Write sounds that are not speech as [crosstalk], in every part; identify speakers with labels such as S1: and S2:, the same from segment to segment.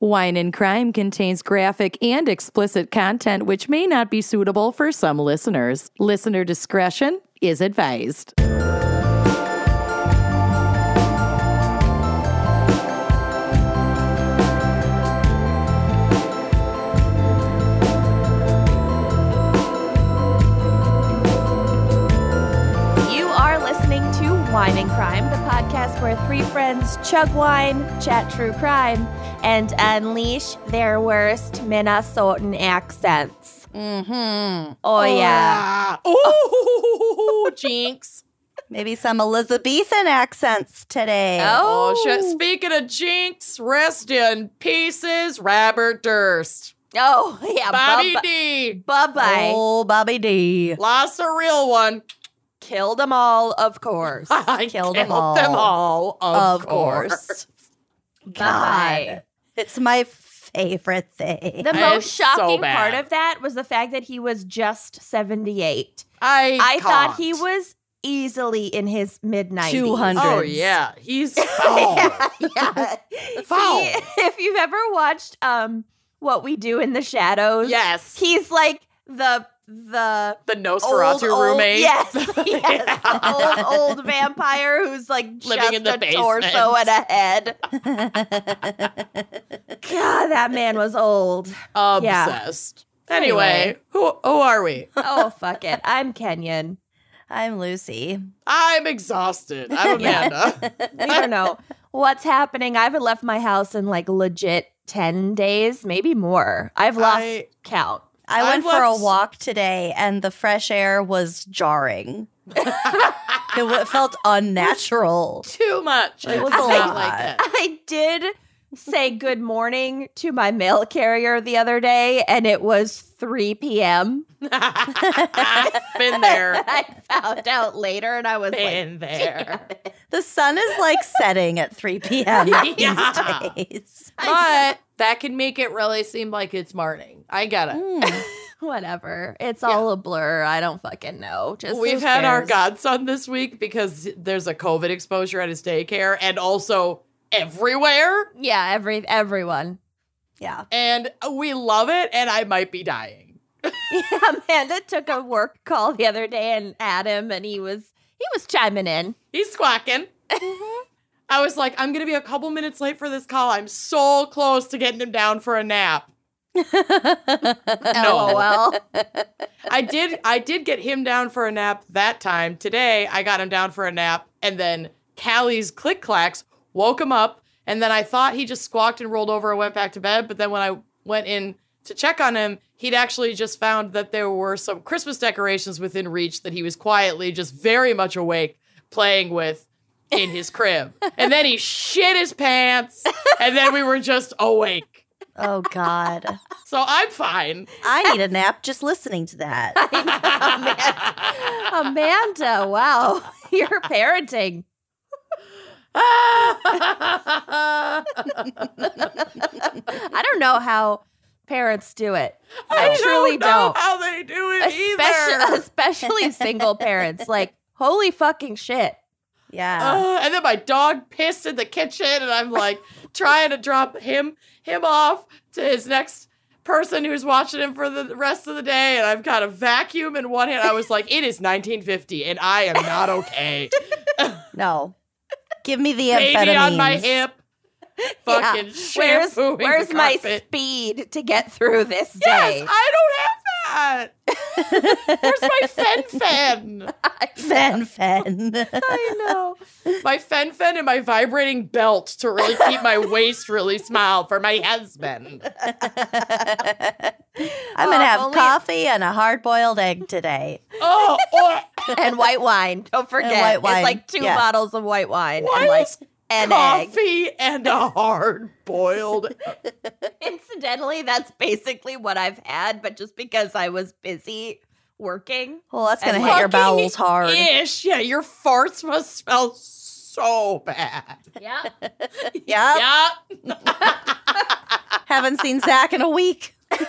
S1: Wine and Crime contains graphic and explicit content which may not be suitable for some listeners. Listener discretion is advised.
S2: You are listening to Wine and Crime, the podcast where three friends chug wine, chat true crime, and unleash their worst Minnesotan accents.
S3: Mm-hmm.
S2: Oh, yeah.
S3: Oh,
S2: [laughs]
S3: jinx.
S4: Maybe some Elizabethan accents today.
S3: Oh, shit. Speaking of jinx, rest in pieces, Robert Durst.
S2: Oh, yeah.
S3: Bobby
S2: Bubba-
S3: D.
S2: Bubba
S4: Oh, Bobby D.
S3: Lost a real one.
S2: killed them all, of
S3: [laughs]
S2: course.
S3: I
S4: Killed
S3: killed,
S4: them all.
S3: them all. Of, course.
S2: Bye.
S4: It's my favorite thing.
S2: The
S3: It's
S2: most
S3: so
S2: shocking
S3: bad.
S2: part of that was the fact that he was just 78.
S3: I
S2: I thought he
S3: can't.
S2: was easily in his mid 90s.
S4: 200.
S3: Oh, yeah. [laughs] He's foul.
S4: [laughs]
S2: yeah.
S3: Foul.
S2: He- [laughs] if you've ever watched um what we do in the shadows,
S3: yes.
S2: he's like the the
S3: the
S2: old,
S3: Nosferatu
S2: old-
S3: roommate. [laughs]
S2: Yes, [laughs] yes, the old old vampire who's like just
S3: [laughs] Living in the
S2: a
S3: basement.
S2: torso and a head.
S3: [laughs]
S2: God, that man was old. Yeah.
S3: Obsessed. Anyway,
S2: Anyway.
S3: who who are we? [laughs]
S2: Oh fuck it, I'm Kenyan.
S4: I'm Lucy.
S3: I'm exhausted. I'm
S2: Yeah.
S3: Amanda.
S2: I don't know what's happening. I haven't left my house in like legit ten days, maybe more. I've lost
S3: I-
S2: count.
S4: I
S3: I
S4: went for a
S3: was-
S4: walk today and the fresh air was
S3: [laughs]
S4: jarring. it w- felt unnatural.
S3: [laughs] Too much.
S4: It was
S3: I
S4: a
S3: don't
S4: lot.
S3: like that.
S2: I did say good morning to my mail carrier the other day, and it was 3 p.m.
S3: Been
S2: [laughs]
S3: there.
S2: I found out later, and I was like,
S3: Been there.
S4: The sun is like setting at 3 p.m.
S3: Yeah.
S4: these days.
S3: But that can make it really seem like it's morning. I get it.
S4: Mm.
S2: whatever. It's all a blur. I don't fucking know. Just
S3: We've
S2: who
S3: had our
S2: cares?
S3: godson this week because there's a COVID exposure at his daycare and also everywhere.
S2: Yeah, every everyone. [laughs]
S4: Yeah.
S3: And we love it. And I might be dying.
S2: Yeah, Amanda took a work call the other day and at him, and he was he was chiming in.
S3: He's squawking. I was like, I'm going to be a couple minutes late for this call. I'm so close to getting him down for a nap. No.
S2: LOL.
S3: I did I did get him down for a nap that time. Today I got him down for a nap and then Callie's click clacks woke him up and then I thought he just squawked and rolled over and went back to bed, but then when I went in to check on him, he'd actually just found that there were some Christmas decorations within reach that he was quietly just very much awake playing with in his crib. and then he shit his pants and then we were just awake.
S4: Oh, God.
S3: So I'm fine.
S4: I need a nap just listening to that.
S2: Amanda, wow, [laughs] your parenting. [laughs] I don't know how parents do it. I, truly
S3: know
S2: don't.
S3: how they do
S2: [laughs]
S3: it
S2: Especially,
S3: either.
S2: especially single
S3: [laughs]
S2: parents. Like, holy fucking shit.
S4: Yeah.
S3: Uh, and then my dog pissed in the kitchen, and I'm like trying to drop him him off to his next person who's watching him for the rest of the day. And I've got a vacuum in one hand. I was like, it is 1950, and I am
S2: [laughs]
S3: not okay.
S4: No. Give me the
S3: Baby on my
S4: amphetamines.
S3: hip.
S2: [laughs] Yeah.
S3: Fucking
S2: Where's
S3: shampooing the
S2: where's my
S3: carpet.
S2: speed to get through this
S3: [laughs] Yes,
S2: day?
S3: I don't have that.
S2: [laughs]
S3: Where's my fen fen?
S4: Fen Fen.
S2: I know.
S3: my fen fen and my vibrating belt to really keep my waist really small for my husband.
S4: I'm going
S2: Oh,
S4: to
S2: if
S4: have
S2: only-
S4: coffee and a hard boiled egg today.
S3: Oh, oh
S2: [laughs]
S3: [laughs]
S2: And white wine. Don't forget.
S4: white wine,
S2: It's like two
S4: yeah.
S2: bottles of white wine
S3: why
S2: and like
S3: is
S2: an egg.
S3: coffee and a hard boiled?
S2: [laughs] Incidentally, that's basically what I've had, but just because I was busy working.
S4: Well, that's going to
S2: And
S4: hit your
S3: fucking
S4: bowels hard.
S3: Ish, yeah, your farts must smell so bad.
S2: Yeah.
S4: Yeah.
S3: Yeah,
S4: Haven't seen Zach in a week.
S2: [laughs] I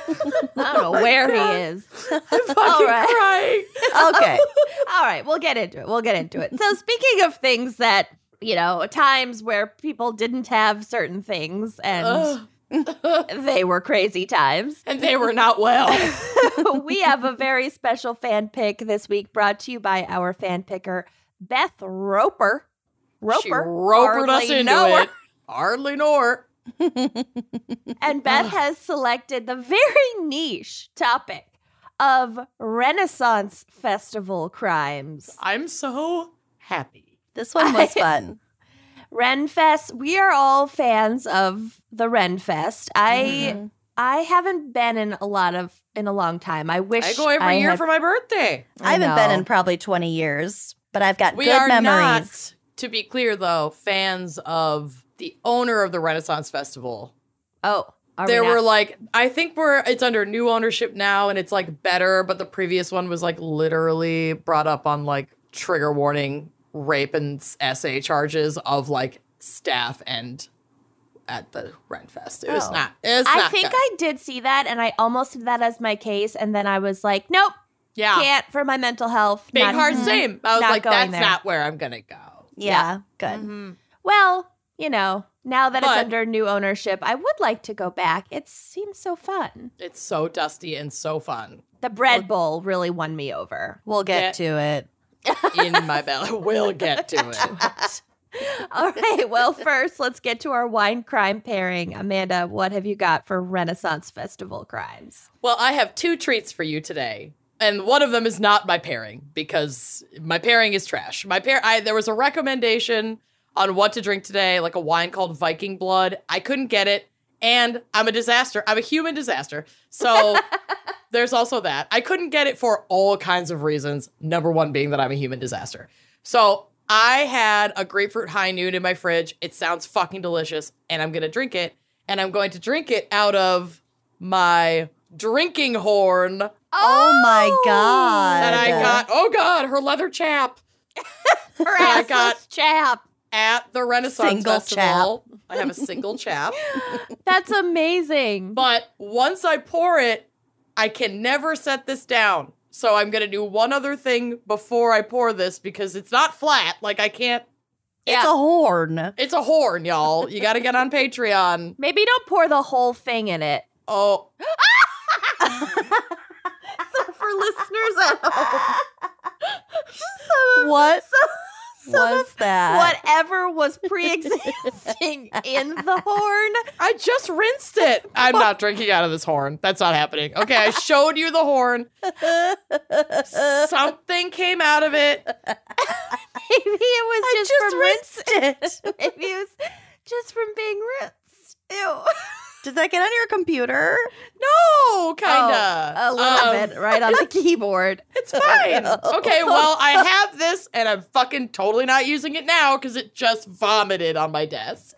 S2: don't know where
S3: Oh God.
S2: he
S3: [laughs]
S2: is.
S3: I'm fucking
S2: [laughs] All right.
S3: crying.
S4: Okay.
S2: [laughs] All right, we'll get into it. We'll get into it. So, speaking of things that, you know, times where people didn't have certain things and
S3: Ugh. [laughs]
S2: They were crazy times.
S3: and they were
S2: [laughs]
S3: not well.
S2: we have a very special fan pick this week brought to you by our fan picker, Beth Roper.
S3: She
S2: Roper.
S3: ropered us
S2: hardly
S3: into
S2: know her.
S3: it. Hardly know her.
S2: And Beth has selected the very niche topic of Renaissance festival crimes.
S3: I'm so happy.
S4: This one was fun.
S2: Renfest, we are all fans of the Renfest. I
S3: Mm-hmm.
S4: Mhm.
S2: I haven't been in a lot of in a long time. I wish
S3: I go every
S2: I
S3: year
S2: had-
S3: for my birthday.
S4: I, haven't been
S2: know.
S4: in probably 20 years, but I've got
S3: We
S4: good
S3: are
S4: memories.
S3: not, to be clear though, fans of the owner of the Renaissance Festival.
S2: Oh, are
S3: there
S2: we not?
S3: were like I think we're it's under new ownership now and it's like better, but the previous one was like literally brought up on like trigger warning rape and s- essay charges of like staff and at the Renfest. It was
S2: Oh.
S3: not it's
S2: I
S3: not
S2: think
S3: good.
S2: I did see that and I almost did that as my case and then I was like, nope,
S3: yeah.
S2: can't for my mental health.
S3: Big
S2: Not-
S3: hard same. I was
S2: Not
S3: like,
S2: going
S3: that's
S2: there.
S3: not where I'm gonna go.
S4: Yeah, good.
S2: Well, you know, now that it's
S3: But-
S2: under new ownership, I would like to go back. It seems so fun.
S3: It's so dusty and so fun.
S2: The bread bowl really won me over.
S4: We'll get to it.
S3: In my belly. We'll get to it.
S2: All right. Well, first, let's get to our wine crime pairing. Amanda, what have you got for Renaissance Festival crimes?
S3: Well, I have two treats for you today. And one of them is not my pairing because my pairing is trash. My pair I there was a recommendation on what to drink today, like a wine called Viking Blood. I couldn't get it. And I'm a disaster. I'm a human disaster. So there's also that. I couldn't get it for all kinds of reasons. Number one being that I'm a human disaster. So I had a grapefruit high noon in my fridge. It sounds fucking delicious, and I'm gonna drink it. And I'm going to drink it out of my drinking horn that
S4: Oh, my God.
S3: I got. Oh god, her leather chap
S2: Her
S3: I
S2: assless
S3: got-
S2: chap.
S3: at the Renaissance
S4: Single
S3: Festival. I have a single chap.
S2: That's amazing.
S3: But once I pour it, I can never set this down. So I'm gonna do one other thing before I pour this because it's not flat. Like I can't.
S4: It's a horn.
S3: It's a horn, y'all. You gotta get on Patreon.
S2: Maybe don't pour the whole thing in it.
S3: Oh,
S2: For listeners at home. [laughs]
S4: What
S2: so
S4: was that?
S2: Whatever was pre existing in the horn
S3: I just rinsed it. I'm not drinking out of this horn. That's not happening. Okay, I showed you the horn. Something came out of it.
S2: Maybe it was just, from rinsed.
S4: rinsed it. [laughs]
S2: Maybe it was just from being rinsed. Ew.
S4: Did that get on your computer?
S3: No, kinda.
S2: Oh, a little
S3: Um,
S2: bit right
S3: [laughs]
S2: on the keyboard. Oh, [laughs]
S3: It's fine. Okay, well, I have this and I'm fucking totally not using it now because it just vomited on
S2: [laughs]
S3: my desk.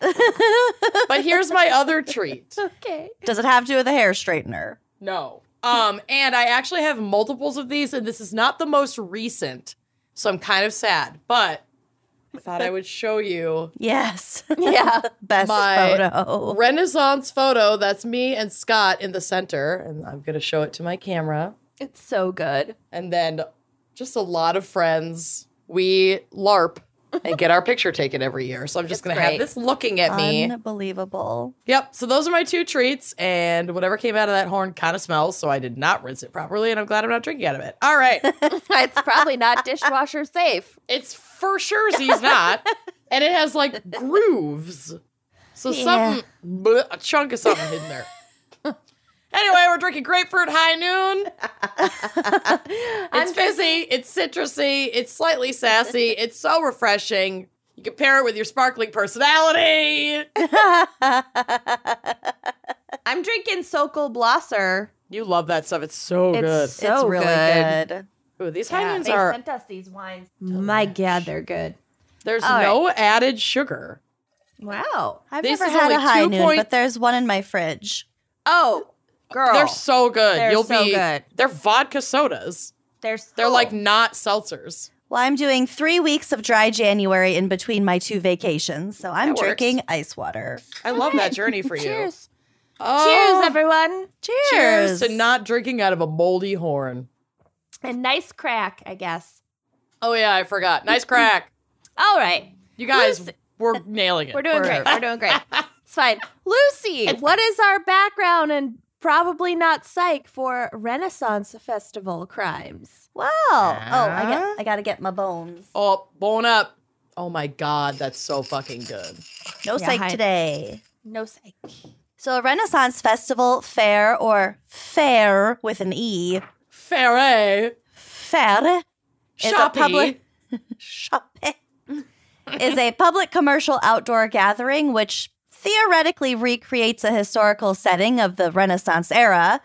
S3: but here's my other treat.
S2: Okay.
S4: Does it have to do with a hair straightener?
S3: No. Um, and I actually have multiples of these, and this is not the most recent, so I'm kind of sad. But I thought I would show you
S4: [laughs] Yes.
S2: Yeah.
S4: Best
S3: My-
S4: photo.
S3: Renaissance photo. That's me and Scott in the center, and I'm gonna show it to my camera.
S2: It's so good. [laughs]
S3: And then just a lot of friends. We LARP and get our picture taken every year. So I'm just
S2: It's
S3: gonna
S2: great.
S3: have this looking at me.
S4: Unbelievable.
S3: Yep. So those are my two treats, and whatever came out of that horn kind of smells. So I did not rinse it properly, and I'm glad I'm not drinking out of it. All right.
S2: It's probably not dishwasher safe.
S3: It's for sure
S2: [laughs]
S3: he's not. and it has like grooves. So
S4: Yeah.
S3: something, bleh, a chunk of something hidden there. anyway, we're drinking grapefruit high noon. It's fizzy, it's citrusy, it's slightly sassy, it's so refreshing. You can pair it with your sparkling personality.
S2: I'm drinking Sokol Blosser.
S3: You love that stuff. It's so good.
S4: It's so
S2: really
S4: really
S2: good.
S4: good.
S3: Ooh, these high noons
S2: They
S3: are,
S2: sent us these wines. My God, they're good.
S3: there's
S2: all right.
S3: no added sugar.
S2: Wow.
S4: I've
S3: This
S4: never
S3: is
S4: had
S3: only
S4: a high
S3: 2
S4: noon,
S3: point-
S4: but there's one in my fridge.
S2: Oh, girl.
S3: They're so good.
S2: They're
S3: You'll
S2: so
S3: be,
S2: good.
S3: they're vodka sodas.
S2: they're so-
S3: They're like not seltzers.
S4: Well, I'm doing three weeks of dry January in between my two vacations, so I'm
S3: That works.
S4: drinking ice water.
S3: I love that journey for you.
S2: Cheers.
S3: Oh,
S2: Cheers, everyone.
S4: Cheers.
S3: Cheers to not drinking out of a moldy horn.
S2: A nice crack, I guess.
S3: Oh yeah, I forgot. Nice crack.
S2: All right.
S3: You guys, we're nailing it. [laughs]
S2: We're doing great. We're doing great. fine. Lucy, what is our background and probably not psych for Renaissance Festival crimes?
S4: Wow. Oh, I
S3: Huh?
S4: got I gotta get my bones.
S3: Oh, bone up. Oh my God, that's so fucking good.
S4: No
S2: Yeah,
S4: psych
S2: hi.
S4: today.
S2: No psych.
S4: So a Renaissance festival fair or fair with an E.
S3: Ferre.
S4: Fair Is a
S3: Shoppy.
S4: public- shop is a public commercial outdoor gathering which theoretically recreates a historical setting of the Renaissance era,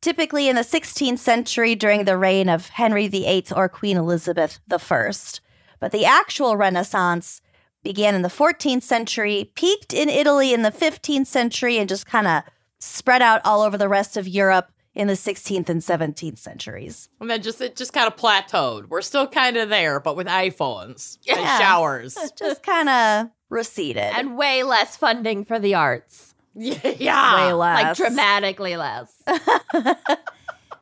S4: typically in the 16th century during the reign of Henry VIII or Queen Elizabeth I. But the actual Renaissance began in the 14th century, peaked in Italy in the 15th century, and just kind of spread out all over the rest of Europe in the 16th and 17th centuries.
S3: And then just it just kind of plateaued. We're still kind of there, but with iPhones
S4: Yeah.
S3: and showers. [laughs]
S4: Just kind of receded.
S2: And way less funding for the arts.
S3: yeah.
S4: way less.
S2: Like dramatically
S4: [laughs]
S2: less.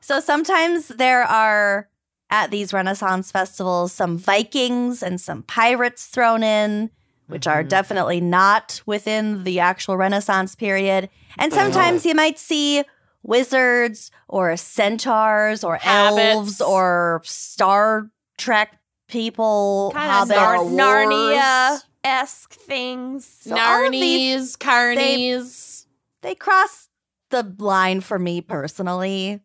S4: So sometimes there are at these Renaissance festivals some Vikings and some pirates thrown in, which are
S3: Mhm.
S4: definitely not within the actual Renaissance period. And sometimes you might see wizards or centaurs or
S3: Hobbits.
S4: elves or Star Trek people,
S2: Kind of
S3: Star
S4: hobbits.
S3: Wars.
S2: Narnia esque things.
S4: So all of
S3: Narnies,
S4: these-
S3: carnies.
S4: They cross the line for me personally.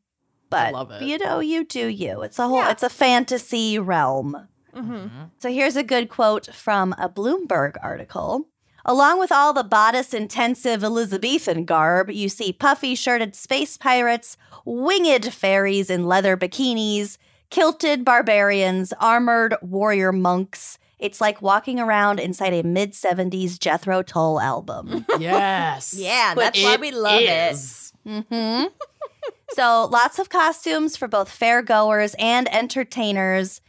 S4: But
S3: love it.
S4: you know, you do you. It's a whole
S2: Yeah.
S4: it's a fantasy realm.
S2: Mhm.
S4: So here's a good quote from a Bloomberg article. Along with all the bodice intensive Elizabethan garb, you see puffy shirted space pirates, winged fairies in leather bikinis, kilted barbarians, armored warrior monks. It's like walking around inside a mid 70s Jethro Tull album.
S3: Yes.
S2: Yeah,
S3: But
S2: that's why
S3: it
S2: we love it.
S3: is.
S4: hmm [laughs] so lots of costumes for both fairgoers and entertainers,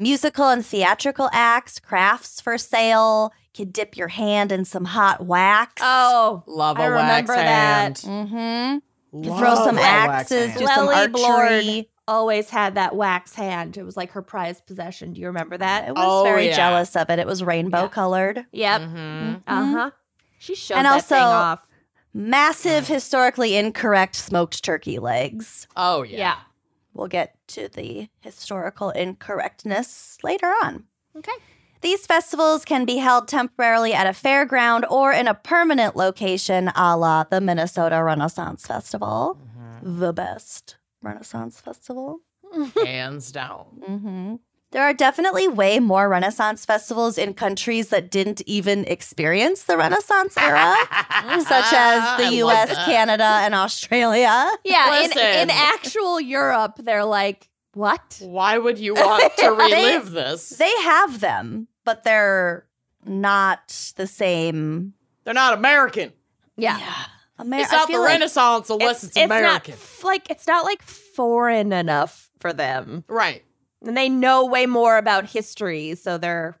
S4: musical and theatrical acts, crafts for sale. You can dip your hand in some hot wax.
S2: Oh,
S3: Love a
S2: I remember
S3: wax
S2: that.
S3: hand.
S4: Mm-hmm.
S3: Love
S4: Throw some
S3: a wax
S4: axes,
S3: hand.
S4: do some
S2: Lily Blord.
S4: archery.
S2: always had that wax hand. It was like her prized possession. Do you remember
S4: I
S2: that?
S4: was
S3: Oh,
S4: very
S3: yeah.
S4: jealous of it. It was rainbow
S2: Yeah.
S4: colored.
S2: Yep.
S3: Mhm.
S2: Uh huh. She showed
S4: Mm-hmm. And
S2: that
S4: also-
S2: thing off.
S4: Massive, historically incorrect smoked turkey legs.
S3: Oh yeah.
S4: We'll get to the historical incorrectness later on.
S2: Okay.
S4: These festivals can be held temporarily at a fairground or in a permanent location, a la the Minnesota Renaissance Festival,
S3: Mm-hmm.
S4: the best Renaissance Festival.
S3: [laughs] Hands down.
S4: hmm There are definitely way more Renaissance festivals in countries that didn't even experience the Renaissance
S3: [laughs]
S4: era, such as
S3: I
S4: the
S3: love
S4: US,
S3: that.
S4: Canada, and Australia.
S2: Yeah. In,
S3: Listen.
S2: in actual Europe, they're like, what?
S3: Why would
S4: [laughs]
S3: you want to relive this?
S4: They have them, but they're not the same.
S3: They're not American.
S2: Yeah.
S4: Amer-
S3: It's
S4: I
S3: not the
S4: feel like-
S3: Renaissance unless it's, American.
S2: Not, f- like it's not like foreign enough for them,
S4: [laughs]
S3: right.
S2: and they know way more about history, so they're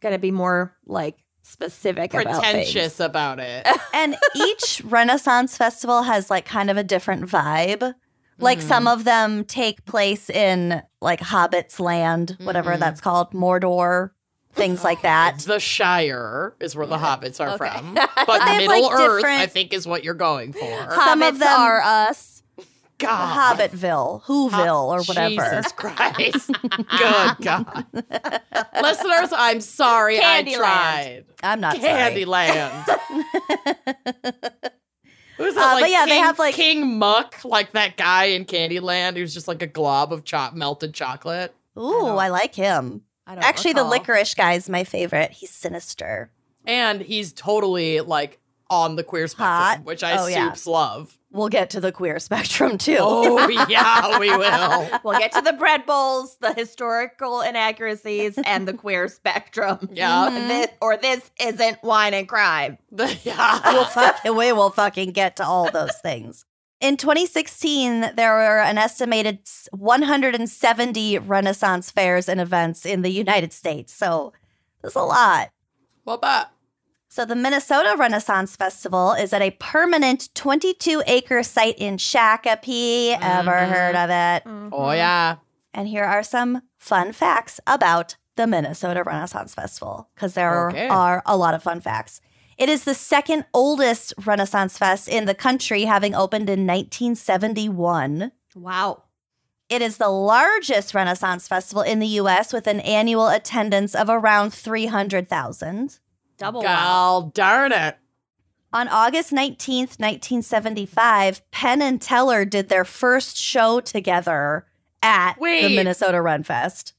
S2: gonna be more like specific about things.
S3: Pretentious
S4: [laughs]
S3: about, it.
S2: [laughs]
S4: And each Renaissance festival has like kind of a different vibe. Like
S3: Mhm.
S2: Mm.
S4: some of them take place in like Hobbit's land, whatever
S2: Mm-hmm.
S3: Mhm.
S4: that's called, Mordor, things like that.
S3: The Shire is where the hobbits are
S2: Okay.
S4: [laughs]
S3: from.
S4: But
S3: But
S4: they have,
S3: Middle
S4: like,
S3: Earth, I
S4: different-
S3: think, is what you're going for.
S4: Some of
S2: Hobbits
S4: them-
S2: are us.
S3: God.
S4: Hobbitville, Whoville, or whatever.
S3: Jesus
S4: [laughs]
S3: Christ. Good God. Listeners, I'm sorry
S2: Candyland.
S3: I tried.
S4: I'm not Uh, sorry. [laughs]
S3: Candyland. Who's that?
S4: Uh,
S3: like
S4: but yeah,
S3: King,
S4: they have, like-
S3: King Muck, like that guy in Candyland who's just like a glob of cho- melted chocolate.
S4: Ooh, I like him.
S2: I don't Oh.
S4: Actually, the
S2: recall.
S4: licorice guy is my favorite. He's sinister.
S3: And he's totally like on the queer spectrum,
S4: Hot.
S3: which I
S4: Oh, yeah. [laughs]
S3: soups love.
S4: We'll get to the queer spectrum too.
S3: Oh yeah, we will. [laughs]
S2: We'll get to the bread bowls, the historical inaccuracies, and the queer [laughs] spectrum.
S3: Yeah.
S2: This, or this isn't wine and crime.
S3: The-
S4: we'll [laughs]
S3: yeah.
S4: fuck, we will fucking get to all those things. In 2016, there were an estimated 170 Renaissance fairs and events in the United States. So that's a lot.
S3: What about?
S4: So the Minnesota Renaissance Festival is at a permanent 22 acre site in Shakopee. Ever
S3: Mhm.
S4: heard of it?
S2: Mm-hmm.
S3: Oh yeah.
S4: And here are some fun facts about the Minnesota Renaissance Festival, because there
S3: Okay.
S4: are a lot of fun facts. It is the second oldest Renaissance Fest in the country, having opened in 1971.
S2: Wow.
S4: It is the largest Renaissance festival in the US with an annual attendance of around 300,000.
S2: Double wow.
S3: Gal darn it.
S4: On August 19th, 1975, Penn and Teller did their first show together at the
S3: Wait.
S4: Minnesota Run Fest.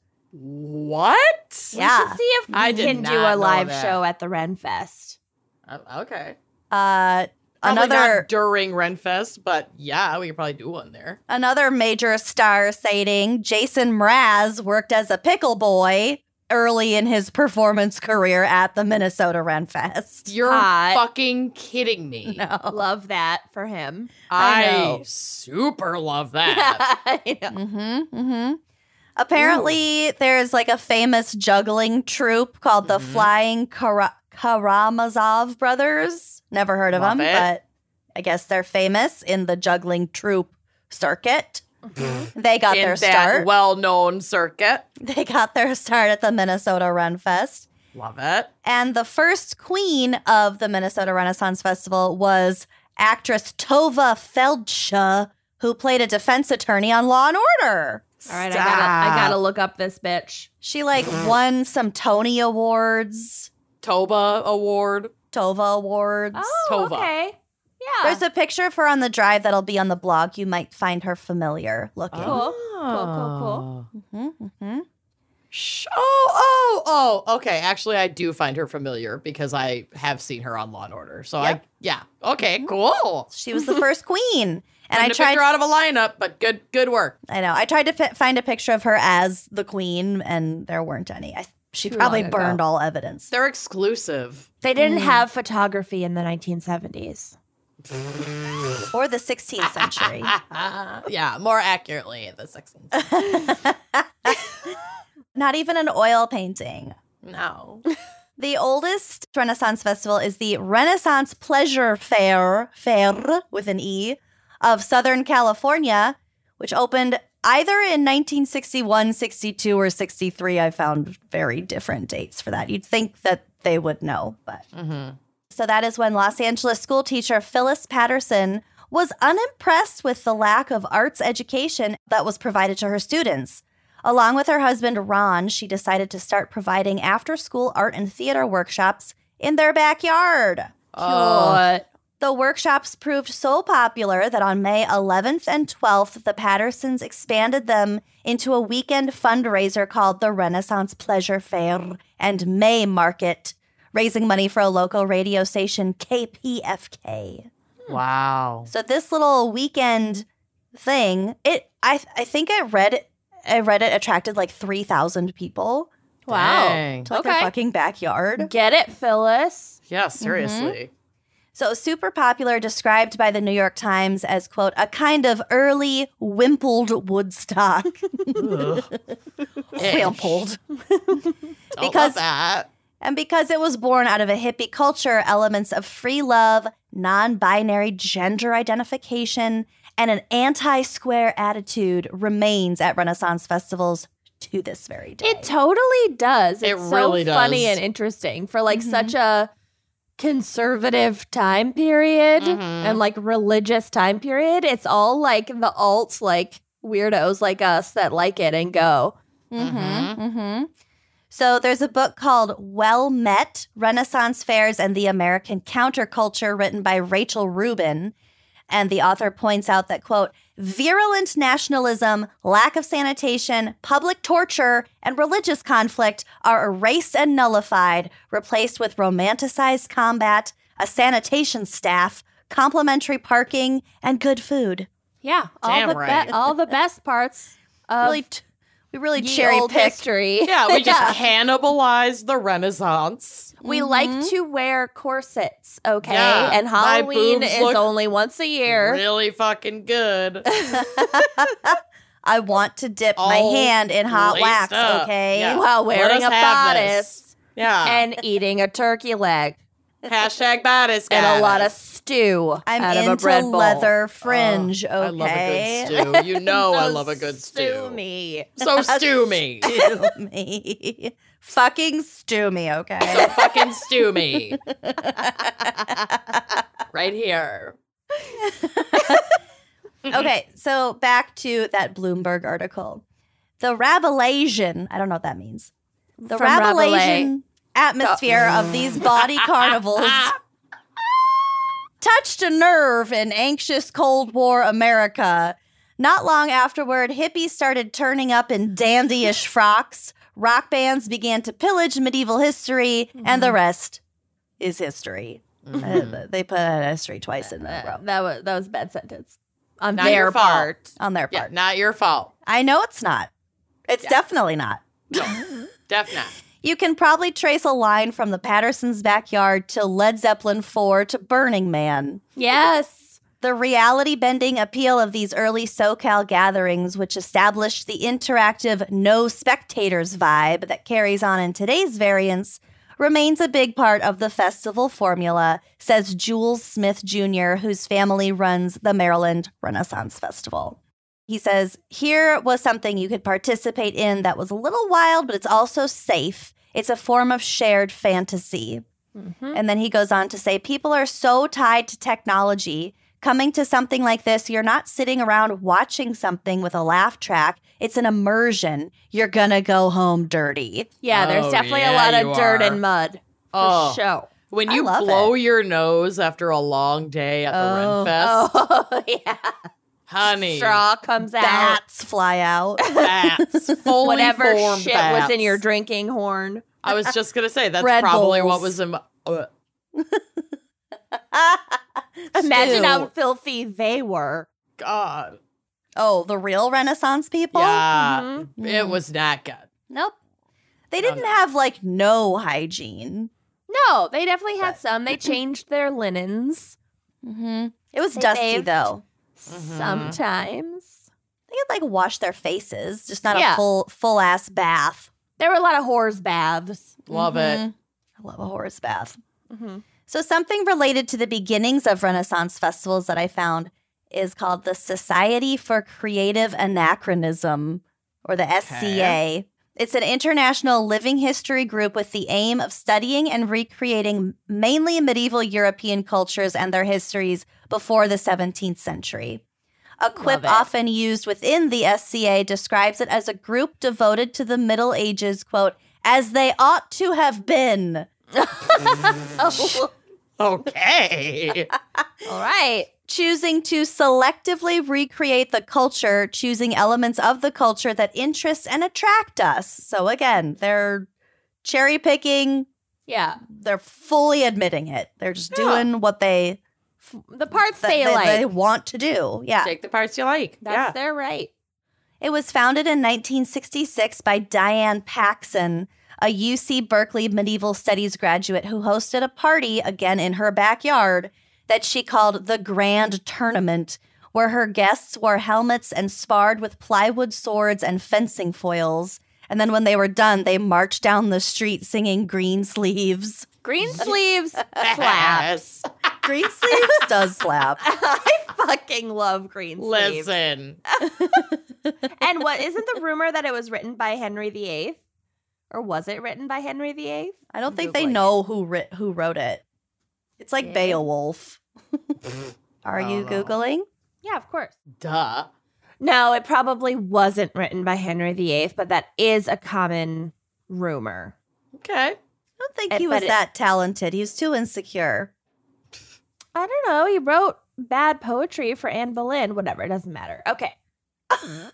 S3: What?
S2: We
S4: Yeah.
S2: should see if we
S3: I did
S2: can
S3: not
S2: do a
S3: know
S2: live
S3: that.
S2: show at the Ren Fest.
S3: Uh, okay.
S4: Uh,
S3: Probably
S4: another
S3: not during Renfest, but yeah, we could probably do one there.
S4: Another major star sighting, Jason Mraz worked as a pickle boy early in his performance career at the Minnesota Ren Fest.
S3: You're
S2: Hot.
S3: fucking kidding me.
S4: [laughs] No.
S2: Love that for him. [laughs]
S3: I,
S4: know.
S3: super
S4: [laughs]
S3: love that.
S2: I know.
S4: Mm-hmm. Mm-hmm. Apparently, there's like a famous juggling troupe called the
S3: Mhm.
S4: Flying Kara- Karamazov Brothers. Never heard of
S3: Love
S4: them,
S3: it.
S4: but I guess they're famous in the juggling troupe circuit. They got
S3: Mm-hmm. In
S4: their
S3: that
S4: start.
S3: well-known circuit.
S4: they got their start at the Minnesota Ren Fest.
S3: Love it.
S4: And the first queen of the Minnesota Renaissance Festival was actress Tova Feldsha, who played a defense attorney on Law and Order.
S2: All right, I gotta, I gotta look up this bitch.
S4: She like won some Tony Awards,
S3: Toba Award.
S4: Tova Awards.
S2: Oh,
S3: Tova.
S2: okay. Yeah.
S4: There's a picture of her on the drive that'll be on the blog. You might find her familiar looking.
S2: Cool. cool, cool.
S4: Mhm, mhm.
S3: Sh- Oh, oh, oh. Okay. Actually, I do find her familiar because I have seen her on Law and Order. So I, yeah. Okay. Cool.
S4: She was the
S2: [laughs]
S4: first queen. Mm-hmm. And I
S3: Couldn't have picked
S4: tried
S3: her out of a lineup, but good, good work.
S4: I know. I tried to fi- find a picture of her as the queen and there weren't any. I, she
S2: Too
S4: probably
S2: long ago.
S4: burned all evidence.
S3: They're exclusive.
S2: They didn't have photography in the 1970s.
S4: Or the
S2: [laughs]
S4: 16th century.
S3: yeah, more accurately, the Sextons.
S4: Not even an oil painting.
S3: No.
S4: The oldest Renaissance festival is the Renaissance Pleasure Fair, fair with an E, of Southern California, which opened either in 1961, 62, or 63. I found very different dates for that. You'd think that they would know, but. So that is when Los Angeles school teacher Phyllis Patterson was unimpressed with the lack of arts education that was provided to her students. Along with her husband Ron, she decided to start providing after school art and theater workshops in their backyard.
S3: Oh.
S2: Cute.
S4: The workshops proved so popular that on May 11th and 12th, the Pattersons expanded them into a weekend fundraiser called the Renaissance Pleasure Fair and May Market, raising money for a local radio station, KPFK.
S3: Wow.
S4: So this little weekend thing, it I I think I read I read it attracted like 3,000 people
S2: Wow.
S3: Dang.
S4: to like their
S2: Okay.
S4: fucking backyard.
S2: Get it, Phyllis.
S3: Yeah,
S2: Mm-hmm.
S3: seriously.
S4: So super popular, described by the New York Times as quote a kind of early wimpled Woodstock.
S3: Ugh. Ish.
S4: [laughs] wimpled,
S3: Don't love
S4: Because-
S2: [laughs]
S3: that.
S4: and because it was born out of a hippie culture, elements of free love, non-binary gender identification, and an anti-square attitude remains at Renaissance festivals to this very day.
S2: It totally does.
S3: It
S2: It's
S3: really
S2: so
S3: does.
S2: funny and interesting for like such a conservative time period and like religious time period. It's all like the alt like weirdos like us that like it and go.
S4: Mm-hmm. Mm-hmm. So there's a book called Well Met Renaissance Fairs and the American Counterculture, written by Rachel Rubin. And the author points out that, quote, virulent nationalism, lack of sanitation, public torture, and religious conflict are erased and nullified, replaced with romanticized combat, a sanitation staff, complimentary parking, and good food.
S2: Yeah, all
S3: Damn
S2: the be-
S3: right.
S2: all the best parts of
S4: Really, t- we really
S2: ye
S4: cherry
S2: old
S4: picked
S2: history.
S3: Yeah, we just cannibalized the Renaissance.
S2: We
S4: Mm-hmm.
S2: like to wear corsets, okay?
S3: Yeah,
S2: and
S3: my
S2: Halloween
S3: boobs
S2: is
S3: look
S2: only once a year.
S3: Really fucking good.
S2: [laughs]
S4: I want to dip my
S3: All
S4: hand in hot
S3: laced
S4: wax,
S3: Oh, up.
S4: okay?
S3: Yeah.
S2: While
S3: Let
S2: wearing
S3: us
S2: a
S3: have
S2: bodice
S3: this. Yeah.
S2: and eating a turkey leg
S3: [laughs] Hashtag bodice.
S2: and a lot of
S3: goddess.
S2: stew
S4: I'm
S2: out
S4: into
S2: of a bread bowl.
S4: leather fringe,
S3: Oh,
S4: okay? [laughs]
S3: I love a good
S2: [laughs]
S3: stew. You know Oh, I
S2: So [laughs]
S3: love a good stew.
S2: stew me.
S3: So stew me.
S4: Stew me. Fucking stew me, okay?
S3: So [laughs] fucking stew me.
S2: [laughs]
S3: right here.
S4: okay, so back to that Bloomberg article. The Rabelation, I don't know what that means. The
S2: From
S4: Rabelation atmosphere of
S2: [laughs]
S4: these body carnivals touched a nerve in anxious Cold War America. Not long afterward, hippies started turning up in dandyish
S2: [laughs]
S4: frocks. Rock bands began to pillage medieval history, and
S2: Mm-hmm.
S4: the rest is history. Uh, they put uh, history twice in a
S2: Uh,
S4: row
S2: that was that was a bad sentence on
S3: Not
S2: their
S3: your fault.
S2: part.
S4: on their
S3: Yeah,
S4: part.
S3: not your fault.
S4: I know it's not. It's definitely not.
S3: Def not.
S4: You can probably trace a line from the Patterson's backyard to Led Zeppelin 4 to Burning Man.
S2: Yes.
S4: The reality bending appeal of these early SoCal gatherings, which established the interactive no spectators vibe that carries on in today's variants, remains a big part of the festival formula, says Jules Smith Jr., whose family runs the Maryland Renaissance Festival. He says, Here was something you could participate in that was a little wild, but it's also safe. It's a form of shared fantasy. Mm-hmm. And then he goes on to say, People are so tied to technology. Coming to something like this, you're not sitting around watching something with a laugh track. It's an immersion. You're going to go home dirty.
S2: Yeah,
S3: Oh,
S2: there's definitely
S3: yeah,
S2: a lot
S3: you
S2: of dirt
S3: are.
S2: and mud. For
S3: Oh.
S2: sure.
S3: When
S4: I
S3: you
S4: love
S3: blow your nose after a long day at the Renfest, Fest,
S2: Oh [laughs] yeah.
S3: honey,
S2: Straw comes out.
S4: Bats fly out.
S2: [laughs]
S3: that's fully
S2: Whatever
S3: formed
S2: shit was in
S3: bats.
S2: your drinking horn.
S3: I was just gonna say that's
S4: Red
S3: probably
S4: Bulls.
S3: what was in. My, uh,
S2: Imagine
S4: Ew.
S2: how filthy they were.
S3: God,
S4: Oh, the real Renaissance people?
S3: yeah,
S2: Mhm.
S3: it was not good.
S4: Nope. They
S3: No,
S4: didn't have like no hygiene.
S2: No, they definitely had some. They changed their linens
S4: Mm-hmm. It was
S2: They
S4: dusty
S2: bathed.
S4: though.
S3: Mhm.
S2: sometimes.
S4: They could like wash their faces, just not a
S2: Yeah.
S4: full full ass bath.
S2: There were a lot of horse baths.
S3: Love it.
S2: Mm-hmm.
S4: Mhm. I love a horse bath. So something related to the beginnings of Renaissance festivals that I found is called the Society for Creative Anachronism, or the SCA. It's an international living history group with the aim of studying and recreating mainly medieval European cultures and their histories before the 17th century. A quip
S2: it.
S4: often used within the SCA describes it as a group devoted to the Middle Ages, quote, as they ought to have been.
S2: [laughs]
S4: [laughs]
S2: Oh, [laughs]
S3: Okay,
S2: all right.
S4: choosing to selectively recreate the culture, choosing elements of the culture that interest and attract us. So again, they're cherry picking,
S2: Yeah.
S4: they're fully admitting it. They're just
S3: Yeah.
S4: doing what they
S2: The parts
S4: that they,
S2: they, like.
S4: they want to do. Yeah.
S3: take the parts you like.
S2: That's
S3: yeah.
S2: their right.
S4: It was founded in 1966 by Diane Paxson, a UC Berkeley medieval studies graduate who hosted a party again in her backyard that she called the Grand Tournament, where her guests wore helmets and sparred with plywood swords and fencing foils. And then when they were done, they marched down the street singing green sleeves.
S2: Green sleeves
S3: [laughs]
S2: slap. [laughs]
S3: Yes.
S4: Green sleeves [laughs] does slap.
S2: I fucking love green sleeves.
S3: Listen,
S2: And what isn't the rumor that it was written by Henry VIII? Or was it written by Henry VIII?
S4: I don't think they
S2: Googling it.
S4: know who writ- who wrote it. It's like
S2: Yeah.
S4: Beowulf. [laughs] Are
S3: I
S4: you
S3: don't know.
S4: googling?
S2: Yeah, of course.
S3: duh.
S2: No, it probably wasn't written by Henry VIII, but that is a common rumor.
S3: Okay,
S4: I don't think
S2: Uh,
S4: he was
S2: but it-
S4: that talented. He was too insecure. [laughs]
S2: I don't know. He wrote bad poetry for Anne Boleyn. Whatever, it doesn't matter. Okay.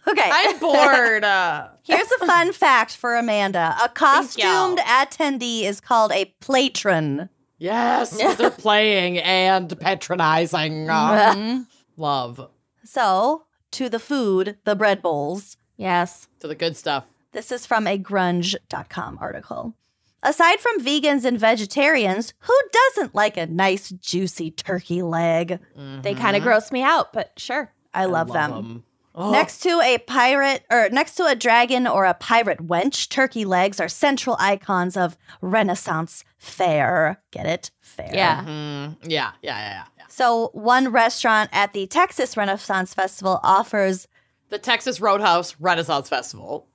S4: Okay.
S3: I'm
S2: [laughs]
S3: bored. Uh,
S4: Here's a fun fact for Amanda. A costumed attendee is called a platron.
S3: yes,
S2: [laughs]
S3: 'cause they're playing and patronizing. Uh,
S2: Mm-hmm.
S4: Mhm.
S3: love
S4: [laughs] so, to the food, the bread bowls.
S2: Yes.
S3: to the good stuff.
S4: This is from a grunge.com article. Aside from vegans and vegetarians, who doesn't like a nice juicy turkey leg?
S2: They kind of gross me out, but sure.
S4: I love, them.
S3: 'em. Oh,
S4: Next to a pirate or next to a dragon or a pirate wench, turkey legs are central icons of Renaissance fare. Get it? Fair.
S2: Yeah.
S3: mhm. yeah, yeah, yeah, yeah.
S4: So, one restaurant at the Texas Renaissance Festival offers
S2: [laughs]
S3: The Texas Roadhouse Renaissance Festival,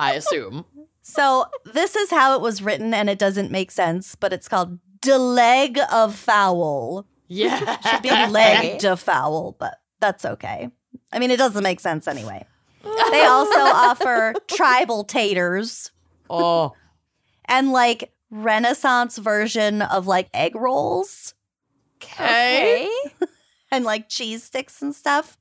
S3: I assume.
S4: So this is how it was written, and it doesn't make sense, but it's called "de leg of fowl."
S3: Yeah.
S4: Should be leg de fowl, but that's okay. I mean, it doesn't make sense anyway. They also offer tribal taters
S3: oh,
S4: and like Renaissance version of like egg rolls
S3: okay.
S4: and like cheese sticks and stuff.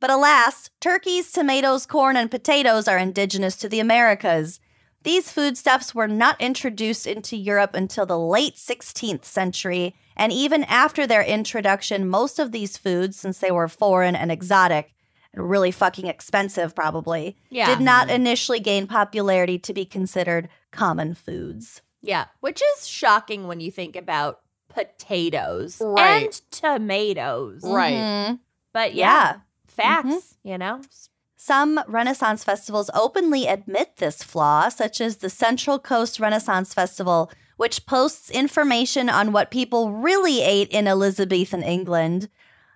S4: But alas, turkeys, tomatoes, corn, and potatoes are indigenous to the Americas. These foodstuffs were not introduced into Europe until the late 16th century, and even after their introduction, most of these foods, since they were foreign and exotic and really fucking expensive, probably,
S2: Yeah.
S4: did not initially gain popularity to be considered common foods.
S2: Yeah, which is shocking when you think about potatoes
S3: Right.
S2: and tomatoes.
S3: Right.
S4: Mhm.
S2: But yeah, Mm-hmm.
S4: Yeah.
S2: facts, you know?
S4: Some Renaissance festivals openly admit this flaw, such as the Central Coast Renaissance Festival, which posts information on what people really ate in Elizabethan England.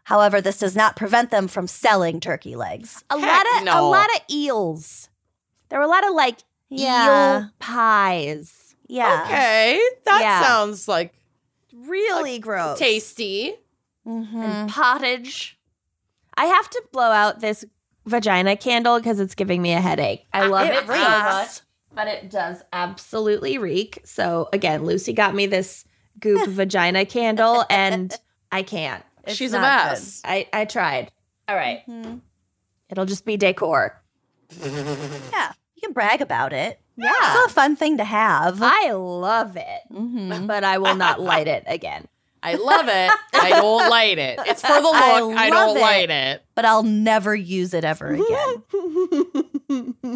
S4: However, this does not prevent them from selling turkey legs.
S2: A
S3: Heck
S2: lot of a
S3: no.
S2: lot of eels. There were a lot of like eel pies.
S4: Yeah.
S3: Okay. That
S2: Yeah.
S3: sounds like
S2: Really gross.
S3: tasty.
S4: Mhm.
S2: and pottage. I have to blow out this vagina candle because it's giving me a headache. I love it,
S4: it
S2: so
S4: reeks.
S2: much, but it does absolutely reek. So again, Lucy got me this goop vagina candle, and I can't.
S4: It's
S3: She's a
S4: not
S3: mess.
S2: I I tried. All right,
S4: Mhm.
S2: it'll just be decor.
S4: Yeah. You can brag about it.
S2: Yeah,
S4: It's still a fun thing to have.
S2: I love it,
S4: Mhm.
S2: but I will not light it again.
S3: I love it.
S2: [laughs]
S3: I don't light it. It's for the look.
S4: I
S3: I,
S4: love
S3: don't
S4: it.
S3: light it.
S4: But I'll never use it ever again.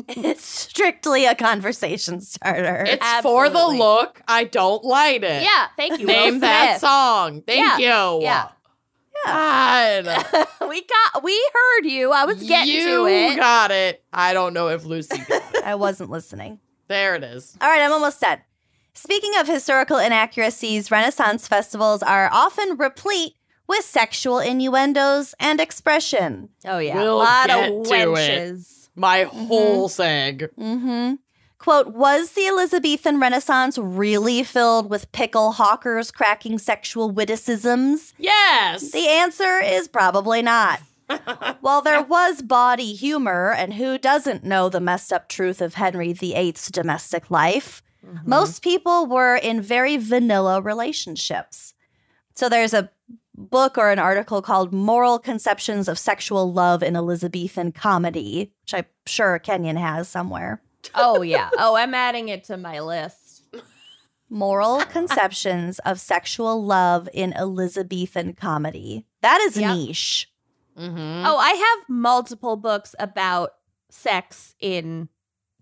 S4: it's strictly a conversation starter.
S3: It's for
S2: Absolutely.
S3: the look. I don't light it.
S2: yeah, thank you.
S3: Name
S2: Will
S3: that
S2: Smith.
S3: song. Thank you.
S2: yeah.
S3: God.
S2: [laughs] we got. We heard you. I was getting to
S3: you
S2: it.
S3: got it. I don't know if Lucy got it.
S4: I wasn't listening.
S3: There it is.
S4: All right, I'm almost done. Speaking of historical inaccuracies, Renaissance festivals are often replete with sexual innuendos and expression.
S2: Oh yeah,
S3: We'll
S2: a lot
S3: get
S2: of
S3: to it.
S2: wenches.
S3: My whole seg.
S4: Mm-hmm. Quote, was the Elizabethan Renaissance really filled with pickle hawkers cracking sexual witticisms?
S3: Yes.
S4: The answer is probably not. While there was bawdy humor, and who doesn't know the messed up truth of Henry VIII's domestic life, most people were in very vanilla relationships. So there's a book or an article called Moral Conceptions of Sexual Love in Elizabethan Comedy, which I'm sure Kenyon has somewhere.
S2: Oh yeah. Oh, I'm adding it to my list.
S4: Moral Conceptions of Sexual Love in Elizabethan Comedy. That is
S2: Yep.
S4: niche. Mm.
S3: Mm-hmm.
S2: Oh, I have multiple books about sex in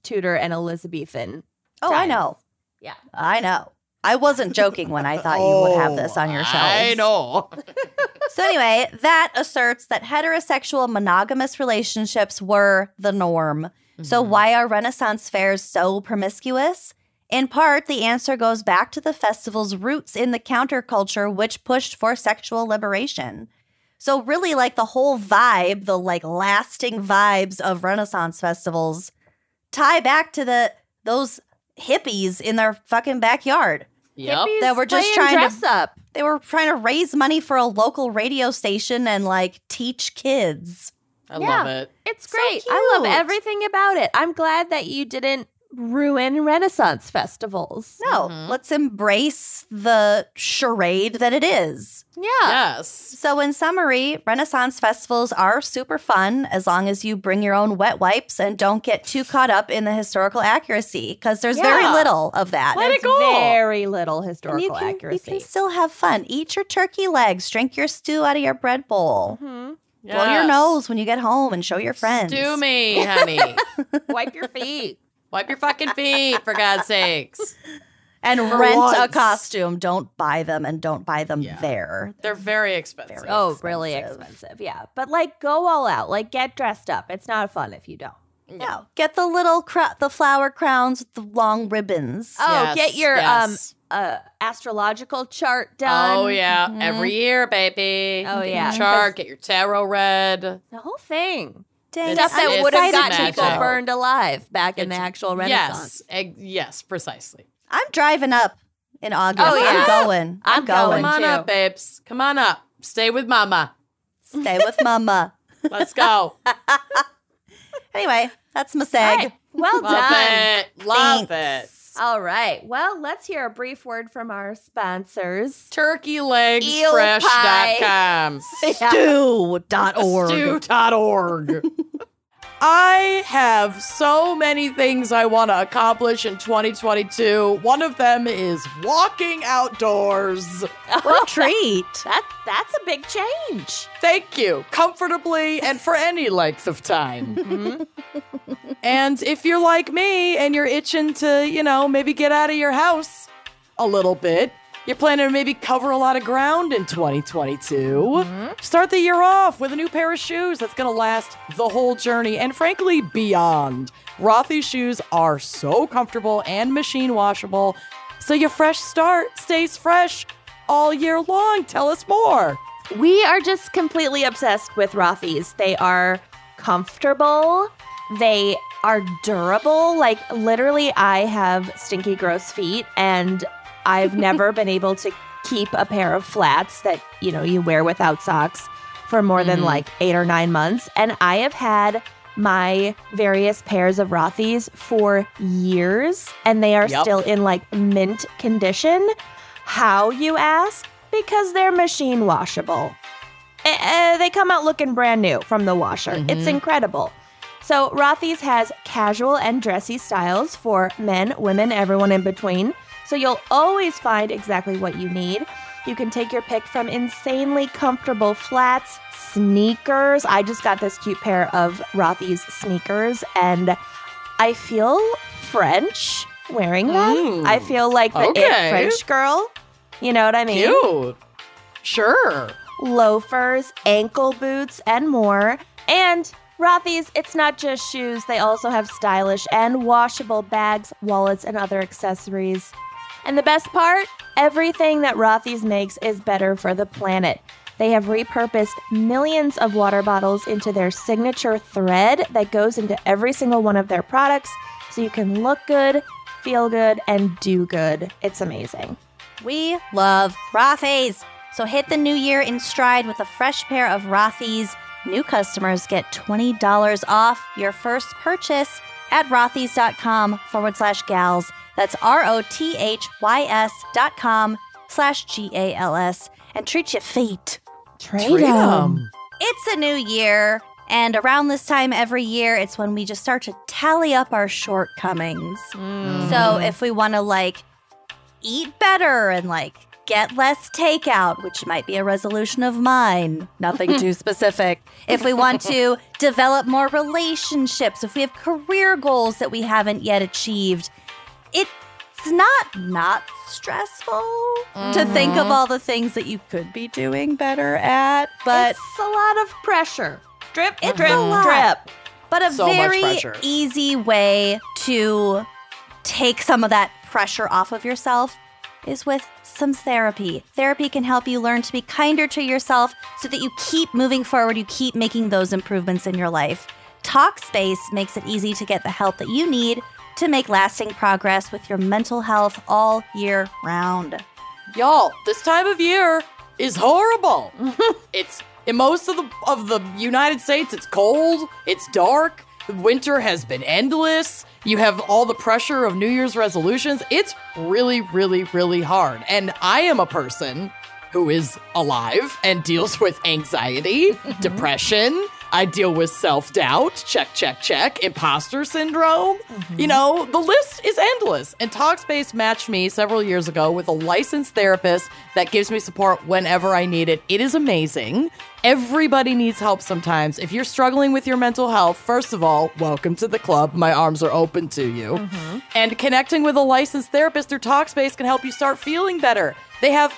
S2: Tudor and Elizabethan.
S4: Oh, I
S2: Times.
S4: know.
S2: Yeah.
S4: I know. I wasn't joking when I thought you would have this
S3: Oh,
S4: on your shelves.
S3: I know.
S4: So anyway, that asserts that heterosexual monogamous relationships were the norm. [laughs] So
S3: Mm-hmm.
S4: why are Renaissance fairs so promiscuous? In part, the answer goes back to the festival's roots in the counterculture which pushed for sexual liberation. So really like the whole vibe, the like lasting vibes of Renaissance festivals tie back to the those hippies in their fucking backyard.
S3: [laughs] Yep.
S2: Hippies
S4: That we're just
S2: playing
S4: trying to-
S2: dress up.
S4: They were trying to raise money for a local radio station and like teach kids.
S3: I
S2: Yeah.
S3: love it.
S2: It's
S4: So
S2: great. I love
S4: cute.
S2: everything about it. I'm glad that you didn't ruin Renaissance festivals.
S4: No,
S3: Mhm.
S4: let's embrace the charade that it is.
S2: Yeah.
S3: Yes.
S4: So, in summary, Renaissance festivals are super fun as long as you bring your own wet wipes and don't get too caught up in the historical accuracy because there's very
S3: Yeah.
S4: little of that.
S3: Let
S2: There's
S3: it go.
S2: Very little
S4: And
S2: historical
S4: you can, you
S2: accuracy.
S4: can [laughs] still have fun. Eat your turkey legs, drink your stew out of your bread bowl, blow your
S3: Yes.
S4: nose when you get home, and show your friends.
S3: Stew
S4: [laughs]
S3: me, honey.
S2: Mhm. [laughs] Wipe your feet.
S3: Wipe your fucking feet, for God's sakes.
S4: and
S3: For
S4: rent a
S3: once.
S4: costume. Don't buy them and don't buy them
S3: Yeah.
S4: there.
S3: They're very expensive.
S4: Very.
S2: Oh, really
S4: expensive.
S2: expensive. Yeah. But like go all out. Like get dressed up. It's not fun if you don't.
S4: No, get the little cro- the flower crowns with the long ribbons.
S2: Oh,
S3: Yes,
S2: get your
S3: yes.
S2: um uh astrological chart done.
S3: Oh yeah,
S4: Mhm.
S3: every year, baby.
S2: Oh,
S3: Get your
S2: yeah.
S3: chart. Get your tarot read.
S2: The whole thing.
S4: Dang,
S3: Stuff
S4: I'm
S3: that
S2: would have
S4: excited
S2: got
S4: to
S2: people
S4: go.
S3: magic.
S2: burned alive back in the
S3: It's-
S2: actual Renaissance.
S3: Yes, ex- yes, precisely.
S4: I'm driving up in August.
S2: Oh, yeah.
S4: I'm going. I'm,
S2: I'm
S4: going.
S3: Come on
S2: too.
S3: up, babes. Come on up. Stay with mama.
S4: Stay with mama. [laughs]
S3: Let's go.
S4: Anyway, that's my seg.
S2: All right. Well
S3: Love
S2: done.
S3: it. Love
S4: Thanks.
S3: it.
S2: All right. Well, let's hear a brief word from our sponsors.
S3: Turkey legs
S2: Eel
S3: fresh.com.
S4: Stew.org.
S3: Stew.org. [laughs] I have so many things I want to accomplish in 2022. One of them is walking outdoors.
S4: What a treat.
S2: That that's a big change.
S3: Thank you, comfortably and for any length of time. and if you're like me and you're itching to, you know, maybe get out of your house a little bit, you're planning to maybe cover a lot of ground in 2022. Start the year off with a new pair of shoes that's going to last the whole journey and, frankly, beyond. Rothy's shoes are so comfortable and machine washable, so your fresh start stays fresh all year long. Tell us more.
S2: We are just completely obsessed with Rothy's. They are comfortable. They are durable. Like literally I have stinky gross feet and I've never been able to keep a pair of flats that, you know, you wear without socks for more than
S3: Mhm.
S2: like 8 or 9 months and I have had my various pairs of Rothy's for years and they are
S3: Yep.
S2: still in like mint condition. How you ask? Because they're machine washable. Eh, eh, they come out looking brand new from the washer. It's
S3: Mhm.
S2: incredible. So Rothy's has casual and dressy styles for men, women, everyone in between. So you'll always find exactly what you need. You can take your pick from insanely comfortable flats, sneakers. I just got this cute pair of Rothy's sneakers and I feel French wearing them.
S3: Mm.
S2: I feel like the it
S3: Okay.
S2: French girl. You know what I mean?
S3: Cute. Sure.
S2: loafers, ankle boots, and more. And Rothy's, it's not just shoes, they also have stylish and washable bags, wallets, and other accessories. And the best part everything that Rothy's makes is better for the planet. They have repurposed millions of water bottles into their signature thread that goes into every single one of their products so you can look good, feel good, and do good. It's amazing.
S4: We love Rothy's. So hit the new year in stride with a fresh pair of Rothy's. New customers get $20 off your first purchase at rothys.com forward slash gals. That's R O T H Y S dot com slash G A L S. And treat your feet.
S2: Trade 'em.
S4: It's a new year. And around this time every year, it's when we just start to tally up our shortcomings. So if we want to like eat better and like get less takeout, which might be a resolution of mine, nothing too specific. If we want to develop more relationships, if we have career goals that we haven't yet achieved, it's not not stressful to think of all the things that you could be doing better at, but
S2: it's a lot of pressure. Drip,
S4: It's
S2: drip,
S4: a lot.
S2: drip.
S4: but a
S3: So much
S4: very
S3: pressure.
S4: easy way to take some of that pressure off of yourself is with some therapy. Therapy can help you learn to be kinder to yourself so that you keep moving forward, you keep making those improvements in your life. Talkspace makes it easy to get the help that you need to make lasting progress with your mental health all year round.
S3: Y'all, this time of year is horrible. it's in most of the of the United States, it's cold, it's dark, winter has been endless. You have all the pressure of New Year's resolutions. It's really, really, really hard. And I am a person who is alive and deals with anxiety, depression. I deal with self doubt, check, check, check, imposter syndrome. You know, the list is endless. And Talkspace matched me several years ago with a licensed therapist that gives me support whenever I need it. It is amazing. Everybody needs help sometimes. If you're struggling with your mental health, first of all, welcome to the club. My arms are open to you. And connecting with a licensed therapist through Talkspace can help you start feeling better. They have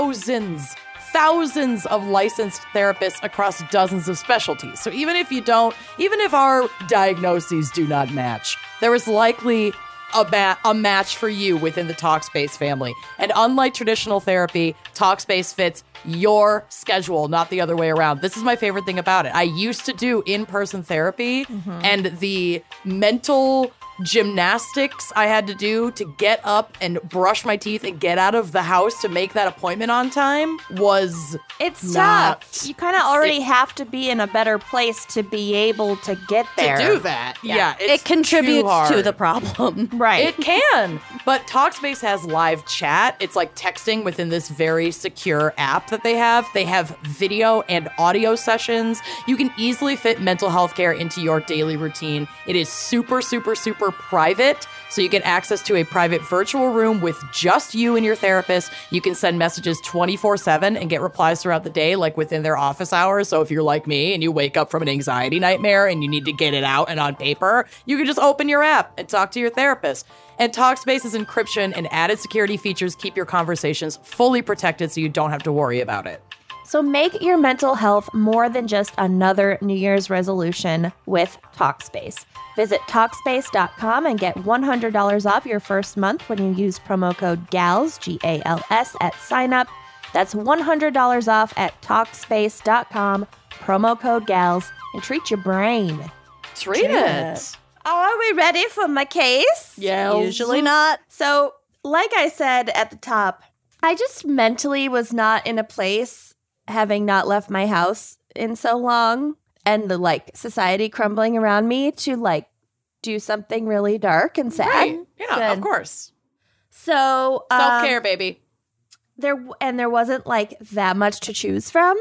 S3: thousands, thousands of licensed therapists across dozens of specialties. So even if you don't, even if our diagnoses do not match, there is likely a, ba- a match for you within the Talkspace family. And unlike traditional therapy, Talkspace fits your schedule, not the other way around. This is my favorite thing about it. I used to do in person therapy, and the mental gymnastics I had to do to get up and brush my teeth and get out of the house to make that appointment on time was
S2: It's
S3: Not-
S2: tough. You kind of already have to be in a better place to be able to get there.
S3: to do that. Yeah, it's
S4: it
S3: too
S4: contributes to
S3: hard.
S4: the problem.
S3: [laughs]
S2: Right.
S3: It can, but Talkspace has live chat. It's like texting within this very secure app that they have. They have video and audio sessions. You can easily fit mental health care into your daily routine. It is super, super, super private. So you get access to a private virtual room with just you and your therapist. You can send messages 24 7 and get replies throughout the day, like within their office hours. So if you're like me and you wake up from an anxiety nightmare and you need to get it out and on paper, you can just open your app and talk to your therapist. And Talkspace's encryption and added security features keep your conversations fully protected so you don't have to worry about it.
S2: So make your mental health more than just another New Year's resolution with Talkspace. Visit Talkspace.com and get $100 off your first month when you use promo code GALS, G A L S, at sign up. That's $100 off at Talkspace.com, promo code GALS, and treat your brain.
S3: Treat it.
S2: it. Are we ready for my case?
S3: Yeah.
S4: Usually not.
S2: So, like I said at the top, I just mentally was not in a place having not left my house in so long and the like society crumbling around me to like do something really dark and sad.
S3: Right. Yeah, of
S2: Good.
S3: course.
S2: So, um,
S3: Self care, baby.
S2: there and there wasn't like that much to choose from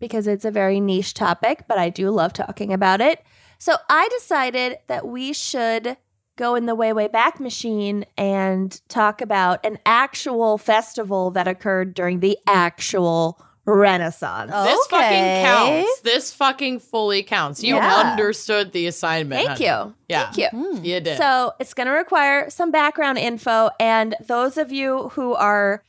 S2: because it's a very niche topic, but I do love talking about it. So I decided that we should go in the way way back machine and talk about an actual festival that occurred during the actual Renaissance.
S4: Oh.
S3: This
S4: Okay.
S3: fucking counts. This fucking fully counts. You
S2: Yeah.
S3: understood the assignment.
S2: Thank
S3: honey.
S2: you.
S3: Yeah.
S2: Thank you.
S3: You did.
S2: So it's going to require some background info. And those of you who are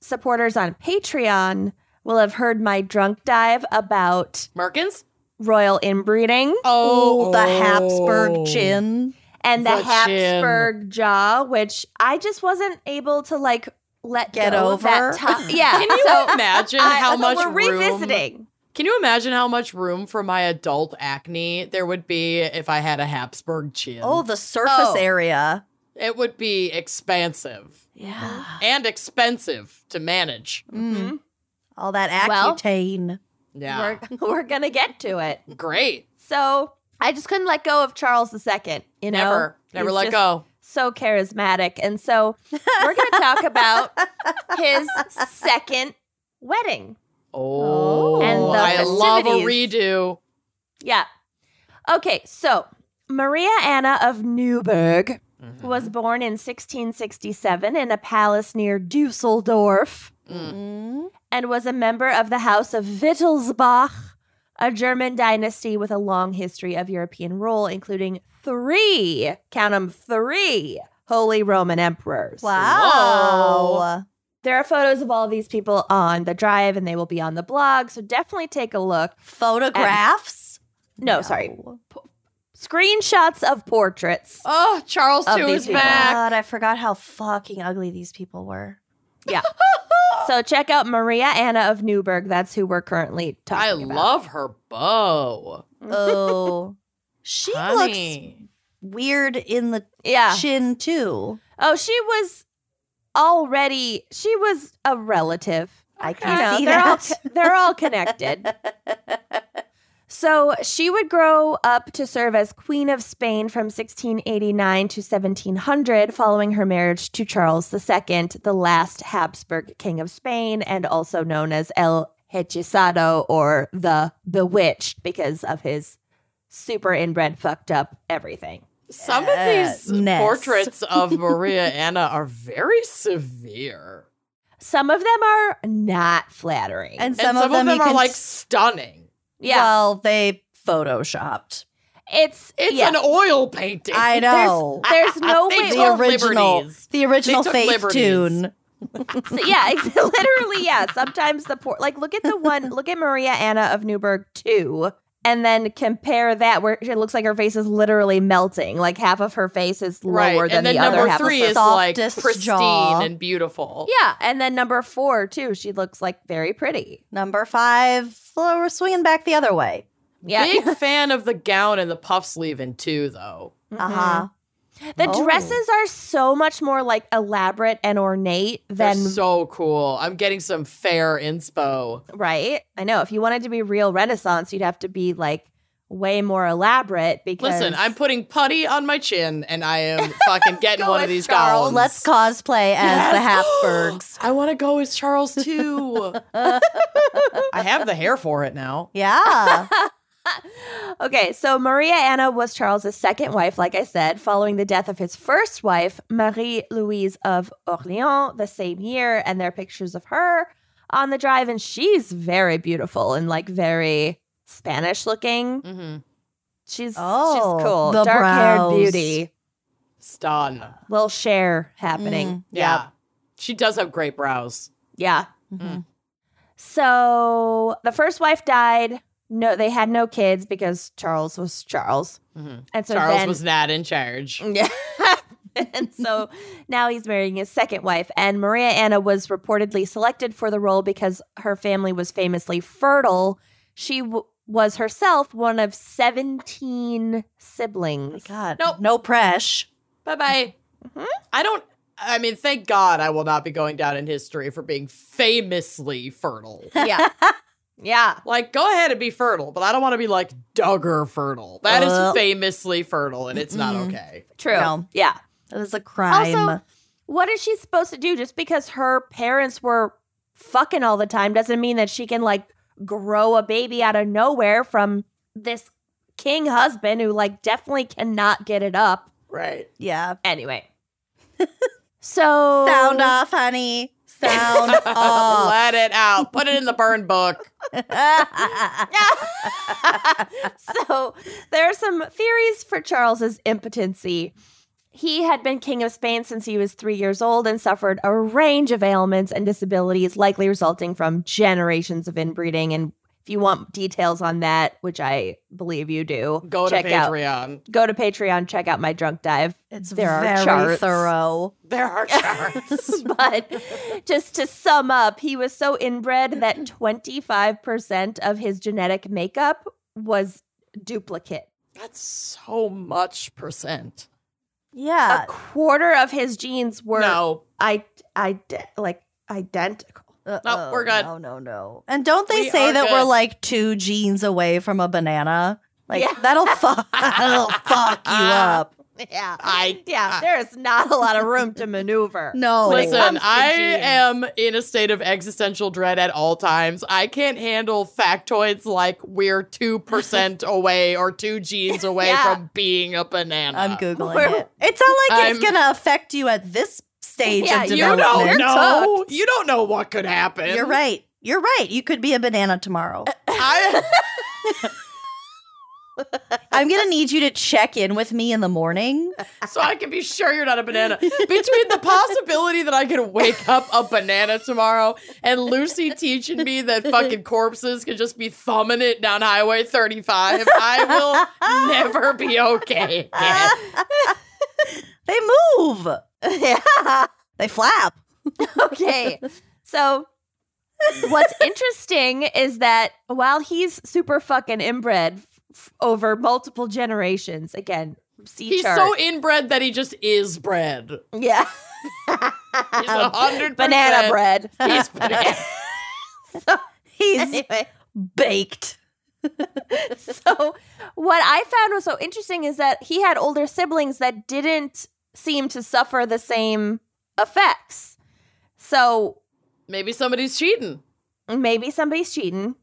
S2: supporters on Patreon will have heard my drunk dive about
S3: Merkins?
S2: royal inbreeding
S3: Oh,
S4: Ooh, the Habsburg
S3: oh.
S4: chin.
S2: and the,
S3: The chin.
S2: Habsburg jaw, which I just wasn't able to like let
S4: Get
S2: go of that
S4: over.
S3: [laughs]
S2: top. Yeah.
S3: Can you
S2: [laughs] so
S3: imagine
S2: I-
S3: how
S2: so
S3: much
S2: we're
S3: room-
S2: revisiting.
S3: Can you imagine how much room for my adult acne there would be if I had a Habsburg chin?
S4: Oh, the surface
S2: Oh.
S4: area.
S3: it would be expansive
S2: Yeah.
S3: and expensive to manage.
S2: Mm-hmm.
S4: Mm. All that
S2: Well-
S4: Accutane.
S3: Yeah.
S2: We're, [laughs] we're going to get to it.
S3: Great.
S2: So I just couldn't let go of Charles II, you know?
S3: Never, never
S2: He's
S3: let
S2: just
S3: go.
S2: So charismatic. And so we're going to talk about his second wedding.
S3: Oh,
S2: And the
S3: I love a
S2: festivities.
S3: redo.
S2: Yeah. Okay, so Maria Anna of Newburgh was born in 1667 in a palace near Dusseldorf
S4: Mm.
S2: and was a member of the House of Wittelsbach, a German dynasty with a long history of European rule, including three, count 'em, three Holy Roman emperors.
S4: Wow.
S2: There are photos of all these people on the drive and they will be on the blog, so definitely take a look.
S4: Photographs.
S2: No, sorry. Screenshots of
S3: [gasps]
S2: portraits.
S3: Oh, Charles
S2: Of
S3: II
S2: these
S3: is
S2: people.
S3: back.
S4: God, I forgot how fucking ugly these people were.
S2: So check out Maria Anna of Newburgh. That's who we're currently talking
S3: I
S2: about.
S3: love her bow.
S4: Oh, she looks
S3: Honey.
S4: weird in the
S2: Yeah.
S4: chin too.
S2: oh, she was already. She was a relative.
S4: I
S2: You
S4: can
S2: know,
S4: see
S2: they're all
S4: that.
S2: co- they're all connected. [laughs] so she would grow up to serve as Queen of Spain from 1689 to 1700, following her marriage to Charles II, the last Habsburg King of Spain, and also known as El Hechizado or the Bewitched because of his super inbred fucked up everything.
S3: Some of these
S4: Yes.
S3: portraits of Maria [laughs] Anna are very severe.
S2: Some of them are not flattering.
S4: and
S3: and
S4: some of them, you
S3: are
S4: can
S3: like
S4: s-
S3: stunning.
S2: yeah,
S4: Well, they photoshopped.
S2: it's
S3: It's
S2: yeah.
S3: an oil painting.
S4: I know [laughs]
S2: there's no
S3: They
S2: way.
S3: took
S4: the original,
S3: liberties.
S4: the original
S3: took
S4: face
S3: liberties.
S4: tune.
S2: So, [laughs] yeah, ex- literally, yeah. Sometimes the poor, like, look at the one, look at Maria Anna of Newburgh 2 and then compare that where it looks like her face is literally melting. Like half of her face is lower
S3: right.
S2: than
S3: and then
S2: the
S3: number
S2: other half.
S3: three
S2: of her.
S3: is like
S4: softest
S3: pristine
S4: jaw.
S3: and beautiful.
S2: yeah, and then number four too. She looks like very pretty.
S4: Number five, well, we're swinging back the other way.
S2: Yeah, [laughs]
S3: Big fan of the gown and the puff sleeve in two, though.
S2: Mhm.
S4: Uh huh.
S2: The
S4: Oh.
S2: dresses are so much more like elaborate and ornate
S3: They're
S2: than
S3: so cool. I'm getting some fair inspo.
S2: right. I know if you wanted to be real Renaissance, you'd have to be like way more elaborate. Because
S3: Listen, I'm putting putty on my chin, and
S2: [laughs]
S3: I am fucking getting
S2: Go
S3: one of
S2: as
S3: these
S2: Charles.
S3: gowns.
S4: Let's cosplay as
S3: Yes.
S4: the Habsburgs.
S3: I want to go as Charles too. I have the hair for it now.
S4: yeah.
S2: Okay, so Maria Anna was Charles's second wife, like I said, following the death of his first wife, Marie Louise of Orleans, the same year, and there are pictures of her on the drive, and she's very beautiful and like very Spanish looking.
S3: Mm-hmm.
S2: She's
S4: Oh,
S2: she's cool,
S4: the
S2: dark haired
S4: brows.
S2: beauty,
S3: Stun.
S2: little share happening.
S4: Mm.
S3: Uh, Yeah. She does have great brows.
S2: Yeah.
S4: Mhm.
S2: So the first wife died. No, they had no kids because Charles was Charles,
S3: Mhm.
S2: and so
S3: Charles
S2: then,
S3: was not in charge.
S2: Yeah. [laughs] and so now he's marrying his second wife. And Maria Anna was reportedly selected for the role because her family was famously fertile. She w- was herself one of 17 siblings.
S4: God.
S3: Nope.
S4: No presh.
S3: Bye bye.
S2: Mhm.
S3: I don't. I mean, thank God I will not be going down in history for being famously fertile.
S2: Yeah. yeah.
S3: Like, go ahead and be fertile, but I don't want to be like Duggar fertile. That is
S4: Uh.
S3: famously fertile, and it's not
S4: Mm-mm.
S3: okay.
S2: True.
S4: No.
S2: Yeah.
S4: That is a crime.
S2: Also, what is she supposed to do? Just because her parents were fucking all the time doesn't mean that she can like grow a baby out of nowhere from this king husband who like definitely cannot get it up.
S3: Right.
S4: yeah. [laughs]
S2: Anyway. so
S4: Sound off, honey. Sound off.
S3: [laughs] Let it out. Put it in the burn book.
S2: [laughs]
S4: [laughs]
S2: so there are some theories for Charles's impotency. He had been king of Spain since he was three years old and suffered a range of ailments and disabilities, likely resulting from generations of inbreeding. And if you want details on that, which I believe you do,
S3: Go to
S2: check out.
S3: Patreon.
S2: Go to Patreon, check out my drunk dive.
S4: it's
S2: There are
S4: very
S2: charts.
S4: thorough. [laughs]
S3: There are
S2: [laughs]
S3: charts.
S2: but just to sum up, he was so inbred
S3: [laughs]
S2: that 25% of his genetic makeup was duplicate.
S3: That's so much percent.
S4: Yeah.
S2: a quarter of his genes were
S3: Uh. no,
S2: I, I like identical. [laughs]
S4: Uh-oh,
S3: we're good.
S4: No, no, no. And don't they
S3: We
S4: say
S3: are
S4: that we're
S3: good.
S4: like two genes away from a banana? Like
S2: Yeah.
S4: that'll fuck that'll fuck you up.
S2: Yeah,
S4: [laughs]
S3: I-
S2: yeah.
S3: I-
S2: there is not a lot of room to
S3: [laughs]
S2: maneuver.
S4: No.
S3: Listen,
S2: comes to
S3: I
S2: genes.
S3: am in a state of existential dread at all times. I can't handle factoids like
S4: [laughs]
S3: we're 2% away or two genes away
S2: Yeah.
S3: from being a banana.
S4: I'm googling
S2: We're-
S4: it. It's not like it's
S3: I'm-
S4: gonna affect you at this stage
S2: Yeah,
S4: of
S3: You
S2: You're
S3: don't
S4: development.
S3: know.
S2: cooked.
S3: You don't know what could happen.
S4: You're right. You're right. You could be a banana tomorrow. [laughs]
S3: I,
S4: I'm gonna need you to check in with me in the morning.
S3: so I can be sure you're not a banana. Between the possibility that I could wake up a banana tomorrow and Lucy teaching me that fucking corpses can just be thumbing it down Highway 35, I will never be okay again.
S4: They move.
S2: [laughs] yeah.
S4: They flap.
S2: [laughs] Okay. So
S3: [laughs]
S2: what's interesting is that while he's super fucking inbred f- f- over multiple generations, again, see
S3: He's
S2: chart.
S3: so inbred that he just is bread.
S2: yeah. [laughs]
S3: He's a hundred
S2: banana bread.
S3: percent- He's banana. [laughs]
S4: He's
S2: anyway.
S4: baked.
S2: [laughs] so what I found was so interesting is that he had older siblings that didn't seem to suffer the same effects. So
S3: Maybe somebody's cheating.
S2: maybe somebody's cheating.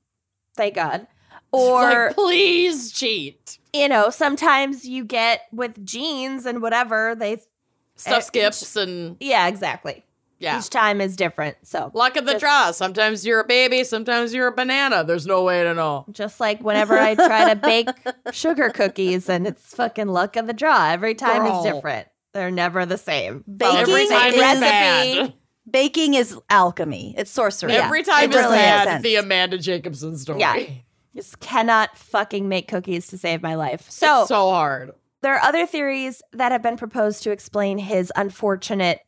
S2: Thank
S3: [laughs]
S2: God.
S3: Or
S2: Or
S3: please cheat.
S2: you know, sometimes you get with genes and whatever they
S3: Stuff
S2: Uh,
S3: skips and
S2: Yeah, exactly.
S3: yeah.
S2: Each time is different. So
S3: Luck of the
S2: Just-
S3: draw. Sometimes you're a baby, sometimes you're a banana. There's no way to know.
S2: just like whenever I try to
S3: [laughs]
S2: bake sugar cookies and it's fucking luck of the draw. Every time
S3: Girl.
S2: is different. They're never the same.
S4: Baking
S3: Every time
S4: is
S3: it's
S2: Recipe.
S3: bad.
S4: Baking is alchemy. It's sorcery.
S3: Every time
S4: it
S3: it's
S4: really makes
S3: bad,
S4: sense.
S3: the Amanda Jacobson story.
S2: Yeah. Just cannot fucking make cookies to save my life. So,
S3: so hard.
S2: there are other theories that have been proposed to explain his unfortunate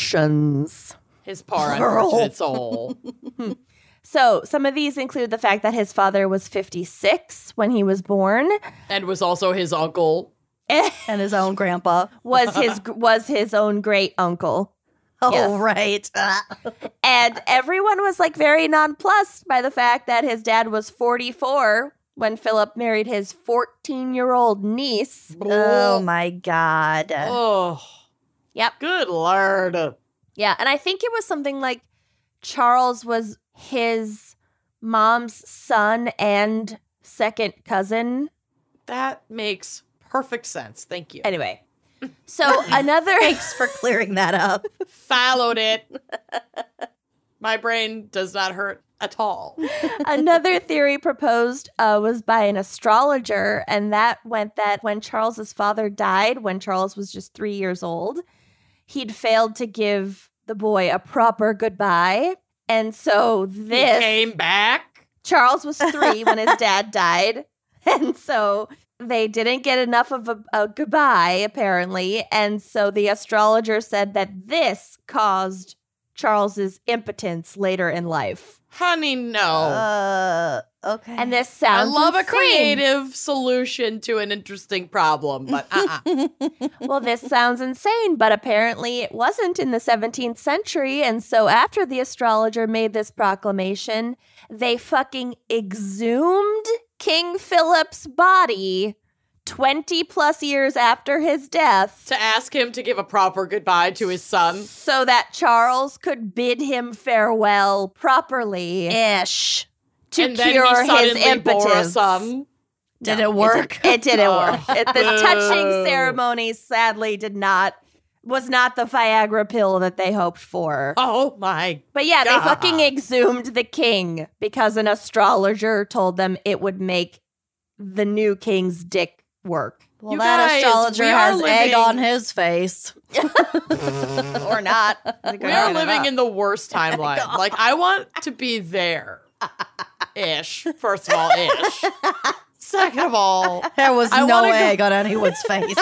S2: conditions.
S3: His poor
S4: Girl.
S2: [laughs]
S3: unfortunate soul.
S2: So, some of these include the fact that his father was 56 when he was born,
S3: and was also his uncle.
S4: and his own grandpa.
S2: [laughs] was his was his own great uncle.
S4: Oh,
S2: Yes.
S4: right. [laughs]
S2: And everyone was like very nonplussed by the fact that his dad was 44 when Philip married his 14-year-old niece.
S4: oh, my God.
S3: Oh.
S2: Yep.
S3: Good lord.
S2: Yeah, and I think it was something like Charles was his mom's son and second cousin.
S3: That makes perfect sense.
S2: [laughs]
S3: Thank you.
S2: Anyway,
S3: [laughs]
S2: so another
S4: Thanks for clearing that up.
S3: Followed it. My brain does not hurt at all.
S2: [laughs] another theory proposed uh, was by an astrologer, and that went that when Charles's father died, when Charles was just three years old, he'd failed to give the boy a proper goodbye, and so
S3: He
S2: this
S3: came back.
S2: Charles was three when
S3: [laughs]
S2: his dad died. And so they didn't get enough of a, a goodbye, apparently. And so the astrologer said that this caused Charles's impotence later in life.
S3: Honey, no.
S4: Uh, okay.
S2: Oh. And this
S3: I
S2: sounds
S3: love a
S2: insane.
S3: creative solution to an interesting problem,
S2: [laughs]
S3: but uh-uh.
S2: well, this sounds insane, but apparently it wasn't in the 17th century. And so after the astrologer made this proclamation, they fucking exhumed King Philip's body 20 plus years after his death
S3: to ask him to give a proper goodbye to his son.
S2: so that Charles could bid him farewell properly
S4: ish.
S2: to
S3: and then
S2: cure
S3: he suddenly
S2: his
S3: bore a
S2: impotence.
S3: son.
S4: Did
S2: No,
S4: it work?
S2: It didn't
S3: Oh.
S2: work. It, this
S3: Boo.
S2: touching ceremony sadly did not was not the Viagra pill that they hoped for.
S3: Oh my
S2: But yeah,
S3: God.
S2: they fucking exhumed the king because an astrologer told them it would make the new king's dick work. [laughs]
S4: well,
S3: You
S4: that
S3: guys,
S4: astrologer
S3: we are
S4: has egg
S3: living-
S4: on his [laughs] face.
S2: or not.
S3: We are living in
S2: [laughs]
S3: the worst
S2: Oh
S3: timeline. like I want to be there. Ish. First of all, ish. Second of all,
S4: There was
S3: I
S4: no
S3: wanna go-
S4: egg on anyone's [laughs] face.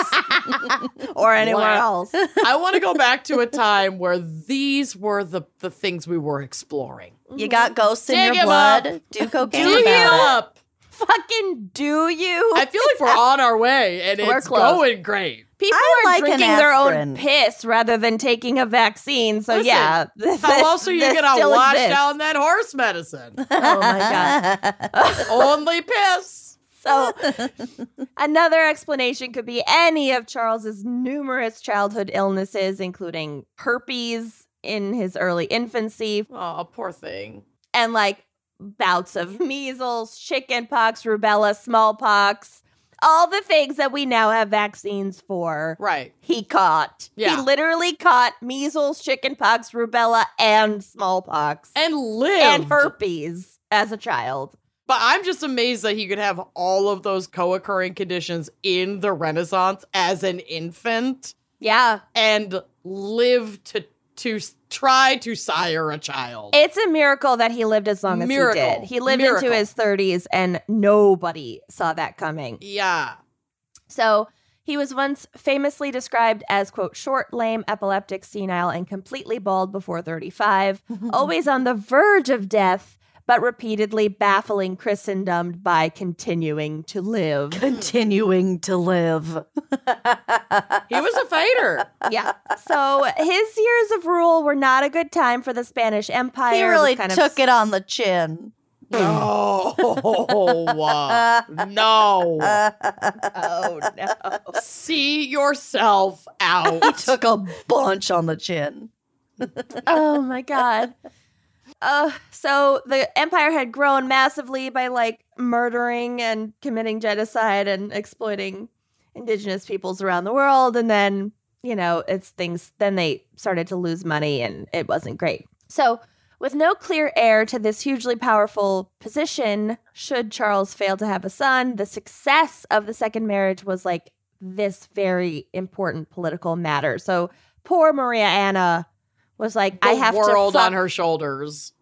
S2: or anywhere
S3: Wow.
S2: else.
S3: I want to go back to a time where these were the, the things we were exploring.
S4: you got ghosts in
S3: Dig
S4: your
S3: him
S4: blood.
S3: up.
S4: Do cocaine. Oh,
S3: Dig
S4: about
S3: it
S4: it.
S3: up.
S2: Fucking do you?
S3: I feel like we're on our way and
S2: We're
S3: it's
S2: close.
S3: going great.
S2: People
S4: I
S2: are
S4: like an
S2: drinking their
S4: aspirin.
S2: own piss rather than taking a vaccine. So
S3: Listen,
S2: yeah, this,
S3: How else are you
S2: this
S3: gonna
S2: still
S3: wash
S2: exists.
S3: down that horse medicine?
S2: [laughs]
S4: [laughs]
S2: Oh my god.
S3: Only piss.
S2: So another explanation could be any of Charles's numerous childhood illnesses, including herpes in his early infancy
S3: Oh, poor thing.
S2: and like bouts of measles, chickenpox, rubella, smallpox, all the things that we now have vaccines for.
S3: Right.
S2: He caught.
S3: Yeah.
S2: He literally caught measles, chickenpox, rubella, and smallpox
S3: And live.
S2: and herpes as a child.
S3: But I'm just amazed that he could have all of those co occurring conditions in the Renaissance as an infant
S2: Yeah.
S3: and live to to s- try to sire a child.
S2: It's a miracle that he lived as long as
S3: Miracle.
S2: he did. He lived
S3: Miracle.
S2: into his 30s and nobody saw that coming.
S3: yeah.
S2: So he was once famously described as, quote, short, lame, epileptic, senile, and completely bald before [laughs] 35, always on the verge of death, but repeatedly baffling Christendom by continuing to live.
S4: Continuing to live.
S3: He was a fighter.
S2: [laughs] yeah. So his years of rule were not a good time for the Spanish Empire.
S4: He
S2: It was
S4: really
S2: kind of
S4: took it on the chin.
S3: [laughs] no. no.
S2: [laughs] Oh, no.
S3: See yourself out.
S4: He took a bunch on the chin.
S2: [laughs] oh my god. Uh, so the empire had grown massively by like murdering and committing genocide and exploiting indigenous peoples around the world and then you know it's things then they started to lose money and it wasn't great so with no clear heir to this hugely powerful position should charles fail to have a son the success of the second marriage was like this very important political matter so poor maria anna was like i
S3: The
S2: have
S3: world
S2: to fuck
S3: on her shoulders.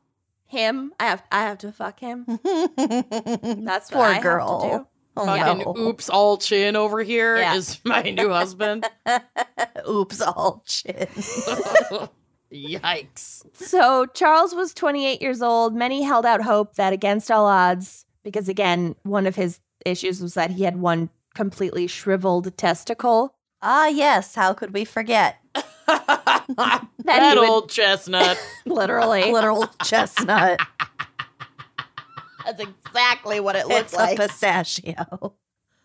S2: him. I have I have to fuck him.
S4: [laughs]
S2: That's what
S4: Poor
S2: I have to
S4: girl. [laughs] Oh,
S3: Fucking
S4: no.
S3: oops, all chin over here is
S2: Yeah.
S3: my new husband.
S4: Oops, all shit.
S2: [laughs]
S3: Yikes.
S2: do. So Charles was 28 years old. Many held out hope that against all odds, because again, one of his issues was that he had one completely shriveled testicle.
S4: ah, yes. How could we forget?
S3: that
S2: That he would-
S3: old chestnut.
S2: [laughs]
S4: [laughs]
S2: Literally,
S4: Literal chestnut.
S2: that's exactly what it
S4: it's a [laughs] pistachio.
S2: no,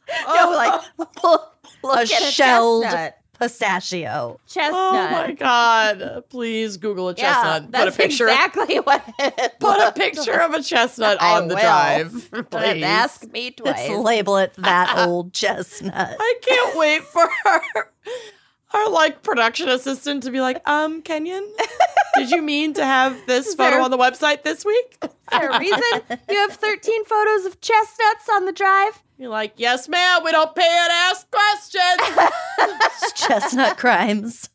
S4: [laughs]
S2: like look,
S4: A
S2: look at a
S4: shelled Oh
S2: chestnut.
S4: Pistachio.
S3: Oh
S2: chestnut.
S3: my god. Please Google a chestnut.
S2: Yeah,
S3: Put a
S2: that's
S3: picture
S2: exactly [laughs] what it
S3: Put
S2: [laughs]
S3: a picture of a chestnut
S2: I
S3: on the
S2: will. [laughs]
S3: drive.
S2: Don't
S3: Please.
S2: ask me
S4: Let's
S2: twice.
S4: label it [laughs] that old chestnut.
S3: I can't wait for our, our like production assistant to be like, um, Kenyon, did you mean to have this
S2: [laughs] Is
S3: photo
S2: there-
S3: on the website this week?
S2: Is there a reason
S4: [laughs]
S2: you have 13 photos of chestnuts on the drive?
S3: You're like, yes, ma'am, we don't pay and ask
S2: [laughs]
S3: questions.
S4: [laughs] chestnut crimes.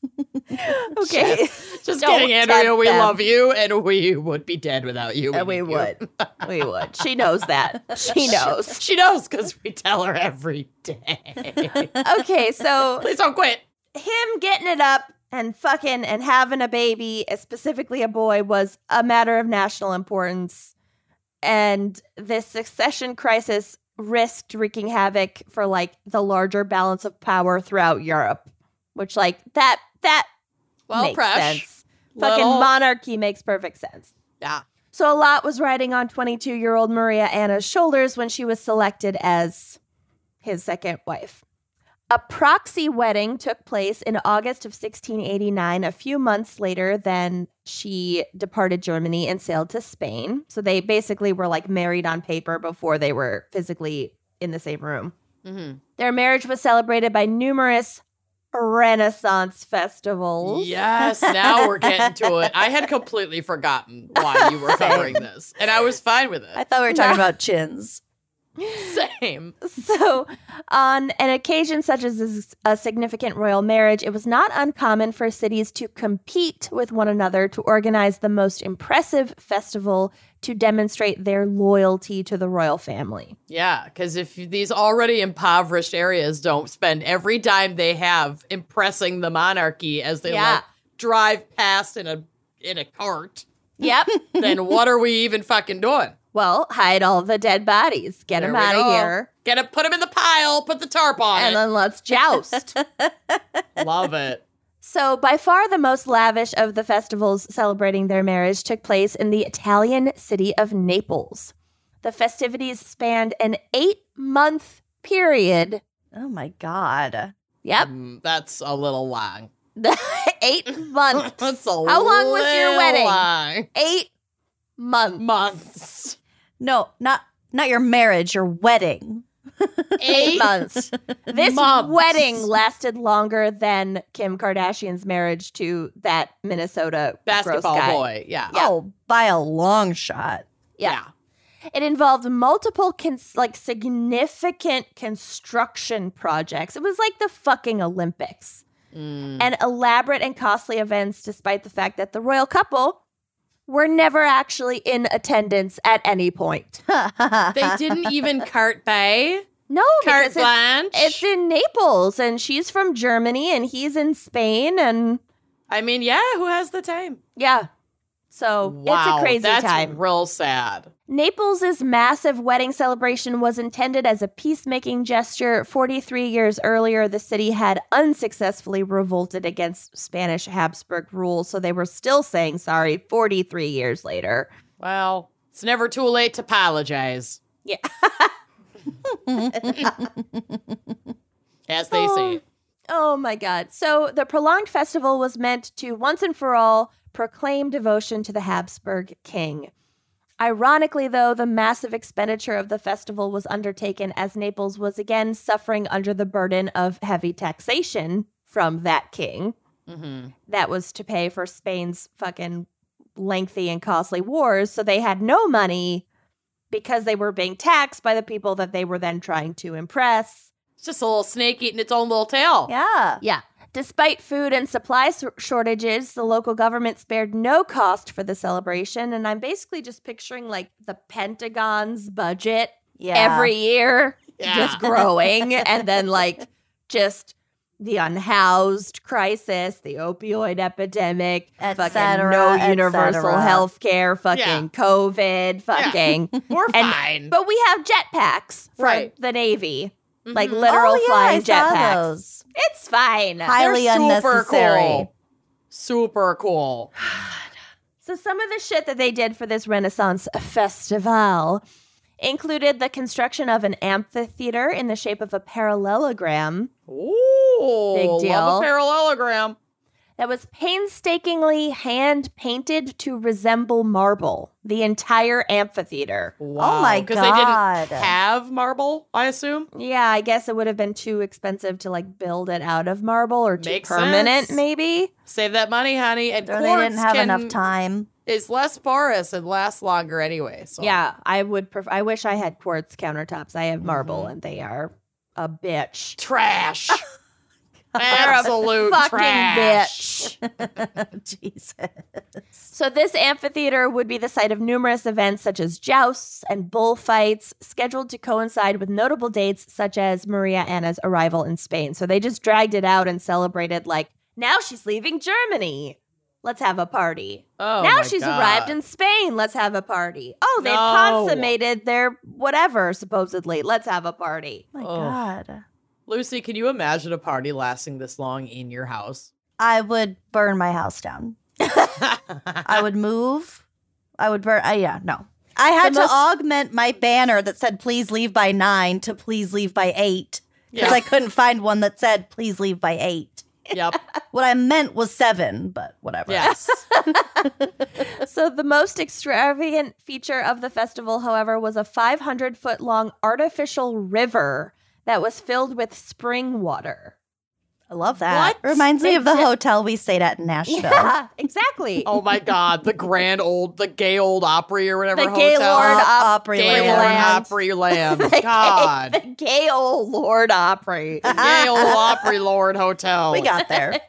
S2: Okay.
S3: Just
S2: Don't
S3: kidding, Andrea,
S2: tempt
S3: we
S2: them.
S3: love you, and we would be dead without you.
S2: And we
S3: need you.
S2: would. We would. She knows that.
S3: [laughs]
S2: She knows.
S3: She knows because we tell her every [laughs] day.
S2: Okay, so
S3: Please don't quit.
S2: him getting it up and fucking and having a baby, uh, specifically a boy, was a matter of national importance. And this succession crisis risked wreaking havoc for like the larger balance of power throughout Europe, which like that that makes sense. Fucking
S3: Little-
S2: monarchy makes perfect sense.
S3: Yeah.
S2: So a lot was riding on 22-year-old Maria Anna's shoulders when she was selected as his second wife. A proxy wedding took place in August of 1689, a few months later than she departed Germany and sailed to Spain. So they basically were like married on paper before they were physically in the same room.
S3: Mm-hmm.
S2: Their marriage was celebrated by numerous Renaissance festivals.
S3: Yes, now we're getting to it. I had completely forgotten why [laughs] you were covering this, and I was fine with
S4: I
S3: it.
S4: thought we were talking about chins.
S3: Same.
S2: [laughs] So, on an occasion such as this- a significant royal marriage, it was not uncommon for cities to compete with one another to organize the most impressive festival to demonstrate their loyalty to the royal family.
S3: Yeah, because if these already impoverished areas don't spend every dime they have impressing the monarchy as they
S2: Yeah.
S3: like drive past in a in a cart,
S2: Yep.
S3: then what are we even fucking doing?
S2: [laughs] well, hide all the dead bodies, get them
S3: There we
S2: out of
S3: go.
S2: here,
S3: Get it, put them in the pile, put the tarp on [laughs]
S2: and then let's joust.
S3: it. Love it.
S2: So, by far the most lavish of the festivals celebrating their marriage took place in the Italian city of Naples. The festivities spanned an eight month period.
S4: Oh my god.
S2: Yep, [laughs]
S3: Mm, that's a little long. [laughs]
S2: eight months.
S3: That's a
S2: How long was your
S3: little
S2: wedding?
S3: long.
S2: Eight months. [laughs]
S3: Months.
S4: No, not not your marriage, your wedding.
S2: Eight
S3: [laughs]
S2: months. This
S3: Months.
S2: wedding lasted longer than Kim Kardashian's marriage to that Minnesota gross
S3: basketball
S2: guy.
S3: boy. Yeah.
S4: Oh, by a long shot.
S2: Yeah. It involved multiple cons- like significant construction projects. It was like the fucking Olympics.
S3: Yeah. Mm.
S2: And elaborate and costly events despite the fact that the royal couple were never actually in attendance at any point. [laughs]
S3: They didn't even cart bay.
S2: No, because
S3: Cart
S2: it's,
S3: blanche.
S2: it's in Naples and she's from Germany and he's in Spain and
S3: I mean, yeah, who has the time?
S2: yeah. So
S3: wow,
S2: it's a crazy
S3: that's
S2: time.
S3: real sad.
S2: Naples' massive wedding celebration was intended as a peacemaking gesture. 43 years earlier, the city had unsuccessfully revolted against Spanish Habsburg rule, so they were still saying sorry 43 years later.
S3: Well, it's never too late to apologize, [laughs] as they say.
S2: Oh my God. So the prolonged festival was meant to once and for all proclaim devotion to the Habsburg king. Ironically, though, the massive expenditure of the festival was undertaken as Naples was again suffering under the burden of heavy taxation from that king
S3: Mm-hmm.
S2: that was to pay for Spain's fucking lengthy and costly wars. So they had no money because they were being taxed by the people that they were then trying to impress.
S3: It's just a little snake eating its own little tail.
S4: yeah.
S2: Yeah. Despite food and supply s- shortages, the local government spared no cost for the celebration. And I'm basically just picturing like the Pentagon's budget
S4: Yeah.
S2: every year
S3: Yeah.
S2: just growing. and then, like, just the unhoused crisis, the opioid epidemic,
S4: Et
S2: fucking
S4: cetera,
S2: no
S4: et
S2: universal
S4: cetera.
S2: health care, fucking COVID,
S3: Yeah.
S2: fucking.
S3: We're
S2: And-
S3: fine.
S2: but we have jetpacks from
S3: Right.
S2: the Navy,
S3: Mhm.
S2: like literal
S4: oh, yeah, I
S2: flying
S4: saw
S2: jetpacks.
S4: those.
S2: It's fine.
S3: They're
S4: Highly
S3: super
S4: unnecessary.
S3: cool. Super cool.
S2: So some of the shit that they did for this Renaissance festival included the construction of an amphitheater in the shape of a parallelogram
S3: Ooh,
S2: Big deal.
S3: Love a parallelogram.
S2: that was painstakingly hand painted to resemble marble. The entire amphitheater.
S3: Wow.
S4: my
S3: Because they didn't
S4: God.
S3: have marble, I assume.
S2: Yeah, I guess it would have been too expensive to like build it out of marble or too
S3: Makes
S2: permanent,
S3: sense.
S2: maybe.
S3: Save that money, honey. And
S4: Or
S3: quartz
S4: they didn't have
S3: can,
S4: enough time. [laughs]
S3: It's less porous and lasts longer anyway. So
S2: Yeah, I would. Pref- I wish I had quartz countertops. I have marble,
S3: Mm-hmm.
S2: and they are a bitch. [laughs]
S3: trash. [laughs]
S2: They're a
S3: Absolute
S2: fucking
S3: trash. [laughs]
S2: bitch.
S4: Jesus.
S2: So, this amphitheater would be the site of numerous events such as jousts and bullfights, scheduled to coincide with notable dates such as Maria Anna's arrival in Spain. So, they just dragged it out and celebrated, like, now she's leaving Germany. Let's have a party.
S3: Oh,
S2: now
S3: my
S2: she's
S3: God.
S2: arrived in Spain. Let's have a party. Oh, they've
S3: No.
S2: consummated their whatever, supposedly. Let's have a party.
S4: My
S3: Oh.
S4: God.
S3: Lucy, can you imagine a party lasting this long in your house?
S2: [laughs]
S4: I would burn my house down. I would move. I would burn. I, yeah, no. I had
S2: The most-
S4: to augment my banner that said "Please leave by nine to "Please leave by eight because I couldn't find one that said "Please leave by eight.
S3: yep.
S4: What I meant was seven, but
S2: [laughs]
S4: whatever.
S3: Yes.
S2: So, the most extravagant feature of the festival, however, was a 500 foot long artificial river that was filled with spring water.
S4: I love that.
S3: What?
S4: Reminds me of the
S2: Exa-
S4: hotel we stayed at in Nashville.
S2: [laughs] Yeah, exactly.
S3: Oh my God. The grand old, the gay old Opry or whatever
S2: The gay
S3: hotel.
S2: lord
S4: Op-
S2: Opry
S3: Gay
S4: Land.
S3: Lord Opry Land. God.
S2: The gay old Lord Opry. [laughs]
S3: Gay old Opry Lord
S4: [laughs]
S3: Hotel.
S4: We got there.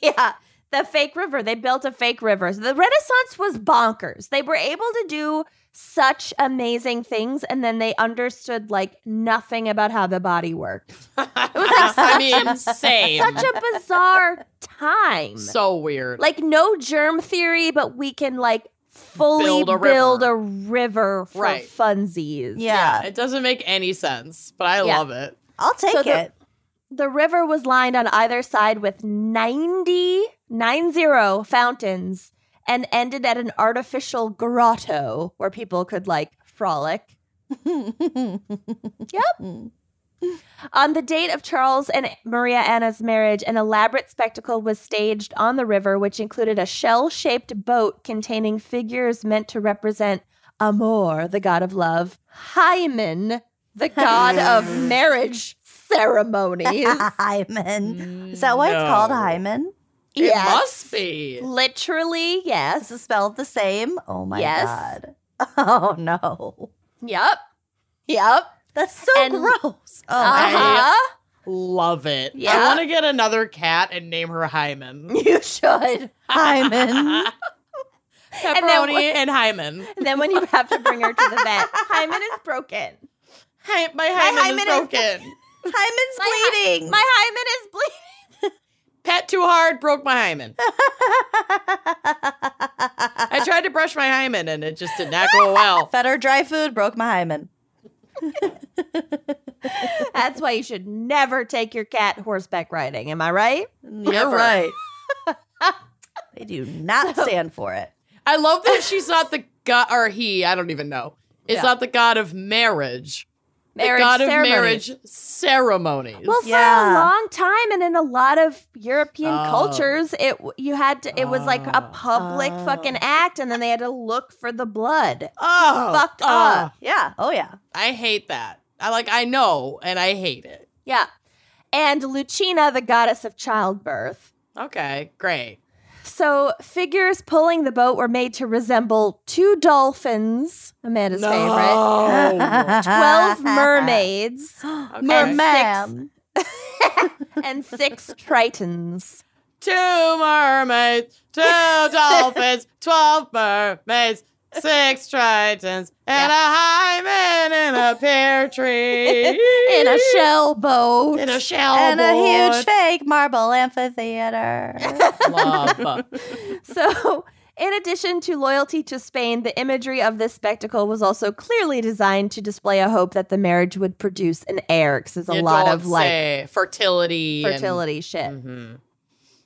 S2: yeah. The fake river. They built a fake river. So the Renaissance was bonkers. They were able to do such amazing things, and then they understood like nothing about how the body worked.
S3: [laughs] I mean, same.
S2: Such a bizarre time.
S3: so weird.
S2: like no germ theory, but we can like fully
S3: Build a
S2: build
S3: river.
S2: a river for
S3: Right.
S2: funsies.
S4: [laughs] Yeah,
S3: it doesn't make any sense, but I
S2: Yeah.
S3: love it.
S4: I'll take
S2: So the-
S4: it. [laughs]
S2: The river was lined on either side with 90, 90 fountains and ended at an artificial grotto where people could like frolic.
S3: [laughs]
S2: On the date of Charles and Maria Anna's marriage, an elaborate spectacle was staged on the river, which included a shell shaped boat containing figures meant to represent Amor, the god of love, Hymen,
S3: [laughs]
S2: the god of marriage ceremonies.
S4: Hymen. Is that why it's called
S3: No.
S4: Hymen?
S3: [laughs] It
S2: Yes.
S3: must be.
S2: Literally,
S4: Is
S2: yes.
S4: it spelled the same? Oh my
S2: Yes.
S4: god. [laughs] Oh no.
S2: Yep. Yep.
S4: That's so
S2: And- [laughs]
S4: gross. Oh, my
S3: Uh-huh.
S4: God.
S2: Uh-huh.
S3: Love it. I
S2: Yeah.
S3: want to get another cat and name her Hymen.
S2: You should.
S4: Oh.
S2: [laughs]
S4: Hymen.
S3: Pepperoni
S2: when-
S3: and, Hymen.
S2: And then when you have to bring her to the vet, Hymen is broken.
S3: Hy- my Hymen,
S4: Hymen
S3: is broken.
S4: Hymen's
S2: My-
S4: bleeding.
S2: My Hymen is bleeding.
S3: Pet too hard, broke my Hymen. I tried to brush my Hymen and it just did not go well.
S4: Fed her dry food, broke my hymen.
S2: That's why you should never take your cat horseback riding. Am I right?
S4: You're right. [laughs] they do not stand for it.
S3: I love that she's not the god, or he, I don't even know. It's
S2: Yeah.
S3: not the god of marriage.
S2: Marriage
S3: the god of
S2: ceremonies.
S3: marriage ceremonies.
S2: Well, for a
S4: Yeah.
S2: long time, and in a lot of European
S3: Oh.
S2: cultures, it w- you had to, it was like a
S3: Oh.
S2: public
S4: Oh.
S2: fucking act, and then they had to look for the blood.
S3: oh,
S2: fucked
S3: oh,
S2: up.
S4: Yeah. Oh yeah.
S3: I hate that. I like I know and I hate it.
S2: Yeah, and Lucina, the goddess of childbirth.
S3: Okay, great.
S2: So figures pulling the boat were made to resemble two dolphins, Amanda's [laughs]
S4: [laughs] [gasps]
S3: [laughs]
S2: favorite, Oh, twelve mermaids, [gasps]
S3: Okay.
S2: and
S4: Merman.
S2: six, and six tritons.
S3: Two mermaids, two
S2: [laughs]
S3: dolphins, twelve mermaids, six tritons, and a hymen and a
S2: [laughs]
S3: pear tree.
S4: in a shell boat.
S3: In a shell
S4: and a huge
S3: board.
S4: fake marble amphitheater.
S3: Love.
S2: So, in addition to loyalty to Spain, the imagery of this spectacle was also clearly designed to display a hope that the marriage would produce an heir, because there's a
S3: You
S2: lot of
S3: don't
S2: like
S3: say. fertility, and-
S2: fertility shit.
S3: Mhm.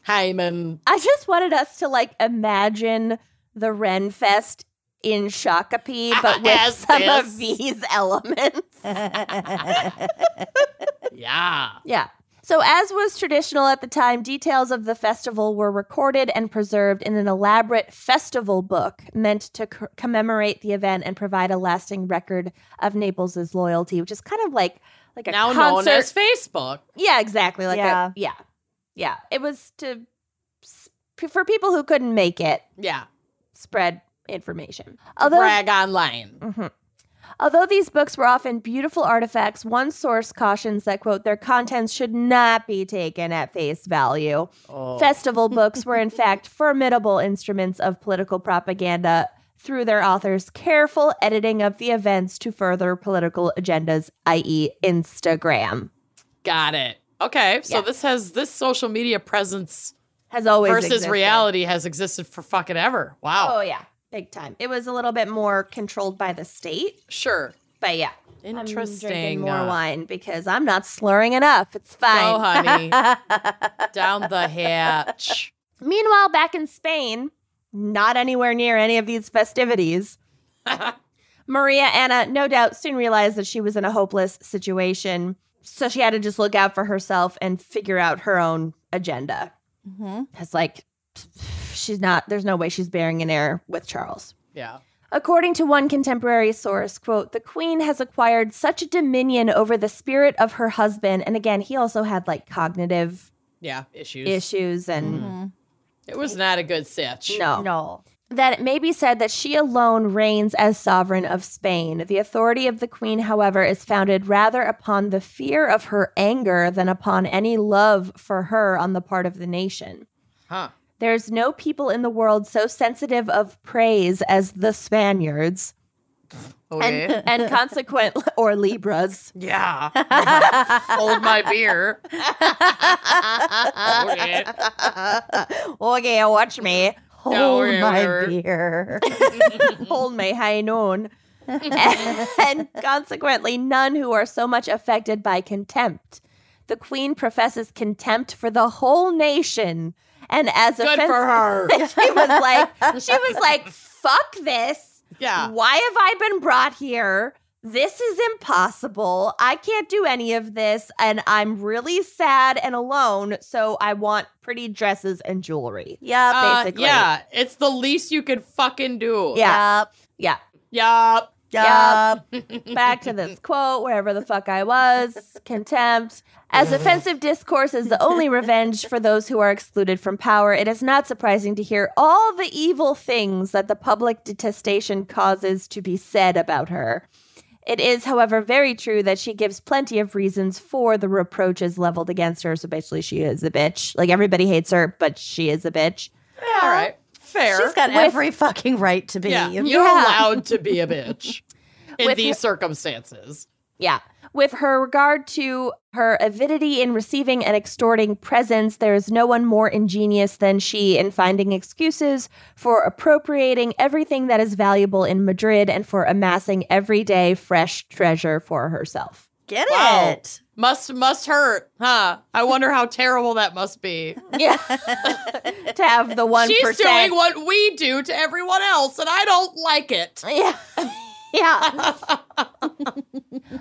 S3: hymen.
S2: I just wanted us to like imagine the Ren Fest in
S3: [laughs]
S2: Shakopee, but with
S3: As
S2: some of
S3: this.
S2: these elements.
S3: Yeah.
S2: Yeah. So, as was traditional at the time, details of the festival were recorded and preserved in an elaborate festival book meant to c- commemorate the event and provide a lasting record of Naples's loyalty, which is kind of like like a
S3: Now
S2: concert.
S3: known as Facebook.
S2: yeah, exactly. Like
S4: Yeah.
S2: a yeah, yeah. It was to s- for people who couldn't make it
S3: Yeah.
S2: spread information.
S3: Although,
S2: Although
S3: brag online.
S2: Mhm. Although these books were often beautiful artifacts, one source cautions that, quote, their contents should not be taken at face value.
S3: Oh. [laughs]
S2: Festival books were, in fact, formidable instruments of political propaganda through their authors' careful editing of the events to further political agendas, i.e., Instagram.
S3: Got it. Okay. So
S2: Yeah.
S3: this has this social media presence
S2: Has always
S3: versus
S2: existed.
S3: reality has existed for fucking ever. Wow.
S2: Oh, yeah. Big time. It was a little bit more controlled by the state,
S3: Sure.
S2: but yeah.
S3: Interesting.
S2: I'm drinking more
S3: uh,
S2: wine because I'm not slurring enough. It's fine.
S3: Go,
S2: [laughs]
S3: honey. Down the hatch.
S2: Meanwhile, back in Spain, not anywhere near any of these festivities, Maria Anna no doubt soon realized that she was in a hopeless situation. So she had to just look out for herself and figure out her own agenda.
S4: Mhm.
S2: It's like, she's not, there's no way she's bearing an heir with Charles.
S3: Yeah.
S2: According to one contemporary source, quote, the queen has acquired such a dominion over the spirit of her husband. And again, he also had like cognitive
S3: Yeah. Issues.
S2: issues and
S3: It was not a good sitch.
S2: no.
S4: [laughs] No.
S2: that it may be said that she alone reigns as sovereign of Spain. The authority of the queen, however, is founded rather upon the fear of her anger than upon any love for her on the part of the nation.
S3: Huh.
S2: There is no people in the world so sensitive of praise as the Spaniards
S3: Okay.
S2: and consequent or Libras.
S3: [laughs] yeah. Hold my beer. Okay.
S2: okay, watch me.
S4: Hold [laughs]
S3: we're-
S4: my
S2: [laughs]
S3: we're-
S4: beer.
S3: Mm.
S2: hold my high noon. [laughs] and consequently, none who are so much affected by contempt. The queen professes contempt for the whole nation, and as
S3: [laughs] Good
S2: offense-
S3: for her.
S2: [laughs] she was like, she was like, "Fuck this!
S3: Yeah.
S2: Why have I been brought here? This is impossible. I can't do any of this, and I'm really sad and alone. So I want pretty dresses and jewelry."
S4: Yep.
S3: Uh,
S2: basically.
S3: yeah. It's the least you could fucking do.
S2: Yeah.
S4: Yup.
S2: Yeah.
S3: Yup.
S4: Yup.
S2: back to this quote, wherever the fuck I was, contempt. As offensive discourse is the only revenge for those who are excluded from power, it is not surprising to hear all the evil things that the public detestation causes to be said about her. It is, however, very true that she gives plenty of reasons for the reproaches leveled against her. So basically, she is a bitch. Like everybody hates her, but she is a bitch.
S3: All right. Fair.
S4: She's got
S2: With-
S4: every fucking right to be.
S3: yeah.
S2: [laughs]
S3: You're
S2: Yeah.
S3: allowed to be a
S2: [laughs]
S3: bitch in
S2: With
S3: these
S2: her-
S3: circumstances.
S2: Yeah. With her regard to her avidity in receiving and extorting presents, there is no one more ingenious than she in finding excuses for appropriating everything that is valuable in Madrid and for amassing every day fresh treasure for herself.
S4: Get
S3: Wow.
S4: it.
S3: Must must hurt, huh? I wonder how terrible that must be.
S2: Yeah. [laughs] to have the one
S3: She's doing what we do to everyone else, and I don't like it.
S2: Yeah. [laughs] yeah.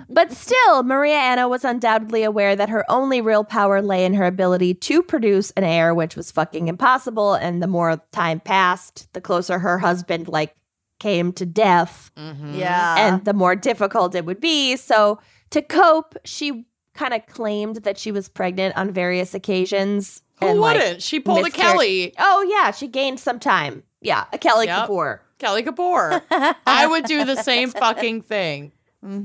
S2: but still, Maria Anna was undoubtedly aware that her only real power lay in her ability to produce an heir, which was fucking impossible. And the more time passed, the closer her husband, like, came to death
S3: Uh-huh. Mm-hmm.
S4: Yeah.
S2: Mm-hmm. and the more difficult it would be. So, to cope, she kind of claimed that she was pregnant on various occasions.
S3: Who
S2: and, like-
S3: wouldn't? she pulled a
S2: miscar-
S3: Kelly,
S2: oh, yeah. She gained some time. Yeah. A Kelly
S3: Yep.
S2: Kapoor.
S3: Kelly Kapoor.
S2: [laughs]
S3: I would do the same fucking thing.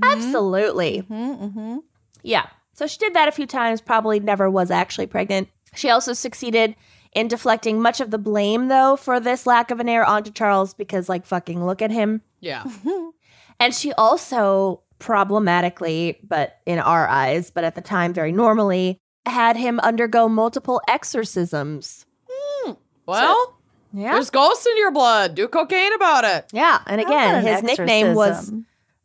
S2: Absolutely.
S4: Mhm, mhm.
S2: Yeah. So she did that a few times, probably never was actually pregnant. She also succeeded in deflecting much of the blame, though, for this lack of an heir onto Charles because, like, fucking look at him.
S3: Yeah.
S2: And she also problematically, but in our eyes, but at the time very normally, had him undergo multiple exorcisms.
S3: Well,
S2: Yeah.
S3: there's ghosts in your blood. Do cocaine about it.
S2: yeah. And again, his nickname was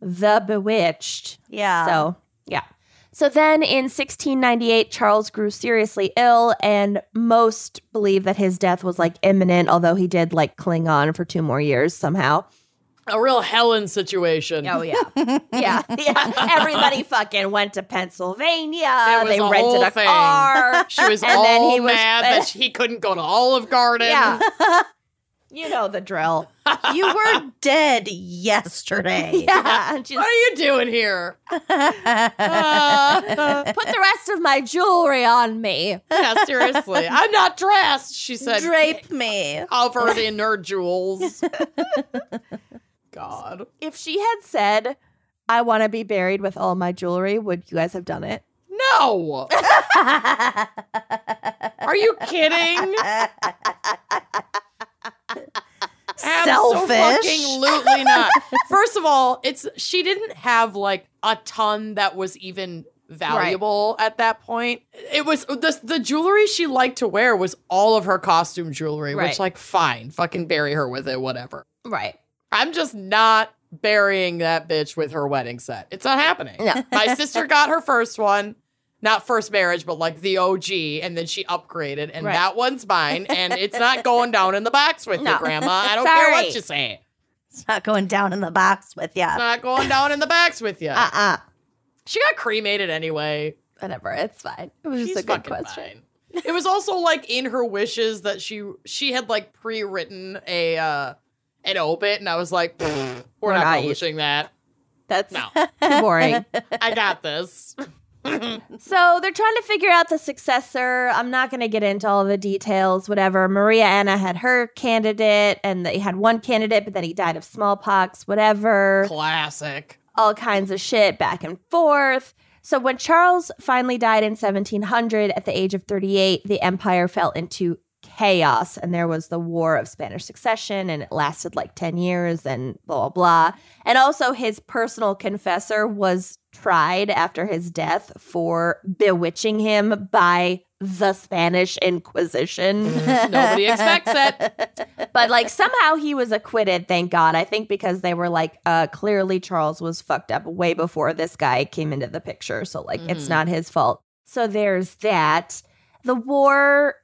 S2: The Bewitched.
S4: yeah.
S2: So, yeah. Um, So then in 1698, Charles grew seriously ill, and most believe that his death was like imminent, although he did like cling on for two more years somehow.
S3: A real Helen situation.
S2: Oh, yeah. yeah. Yeah. Everybody fucking went to Pennsylvania.
S3: It was
S2: They
S3: a
S2: rented
S3: whole
S2: a
S3: thing. [laughs]
S2: car.
S3: She
S2: [laughs]
S3: was
S2: And
S3: all
S2: then he was-
S3: mad that he couldn't go to Olive Garden.
S2: yeah. You know the drill.
S4: [laughs]
S3: [laughs]
S2: [laughs]
S4: you were dead yesterday.
S2: Yeah. And she's
S3: What are you
S2: [laughs]
S3: doing here? Uh,
S2: put the rest of my jewelry on me.
S3: yeah, seriously. I'm not dressed, she
S4: [laughs]
S3: said,
S4: Drape me.
S3: covered in
S2: [laughs]
S3: her jewels. God.
S2: If she had said, I want to be buried with all my jewelry, would you guys have done it?
S3: No. Are you kidding?
S4: Selfish.
S3: Absolutely not. First of all, it's she didn't have like a ton that was even valuable at that point. It was the the jewelry she liked to wear was all of her costume jewelry,
S2: Right.
S3: which like fine, fucking bury her with it, whatever.
S2: Right.
S3: I'm just not burying that bitch with her wedding set. It's not happening.
S2: No. [laughs]
S3: My sister got her first one, not first marriage, but like the OG, and then she upgraded, and
S2: Right.
S3: that one's mine, and
S2: [laughs]
S3: it's not going down in the box with
S2: No.
S3: you, Grandma. I don't care
S2: Sorry.
S3: what you say.
S4: It's not going down in the box with ya.
S3: It's not going down in the box with you.
S2: Uh uh
S3: she got cremated anyway.
S2: Whatever. It's fine. It was
S3: She's
S2: just a good
S3: fucking
S2: question.
S3: fine. It was also like in her wishes that she she had like pre-written a uh an obit, and I was like, "Pfft, we're,
S2: We're
S3: not
S2: not
S3: publishing that.
S2: That's
S3: No,
S2: too
S1: [laughs]
S2: boring. [laughs]
S3: I got this.
S2: so they're trying to figure out the successor. I'm not going to get into all the details, whatever. Maria Anna had her candidate, and they had one candidate, but then he died of smallpox, whatever. [laughs]
S3: Classic.
S2: all kinds of shit back and forth. So when Charles finally died in 1700 at the age of 38, the empire fell into chaos and there was the War of Spanish Succession and it lasted like 10 years and blah blah blah. And also his personal confessor was tried after his death for bewitching him by the Spanish Inquisition.
S3: Mm. Nobody expects it.
S2: But like somehow he was acquitted, thank God. I think because they were like, uh, clearly Charles was fucked up way before this guy came into the picture. So like it's
S3: Mhm.
S2: not his fault. So there's that. The war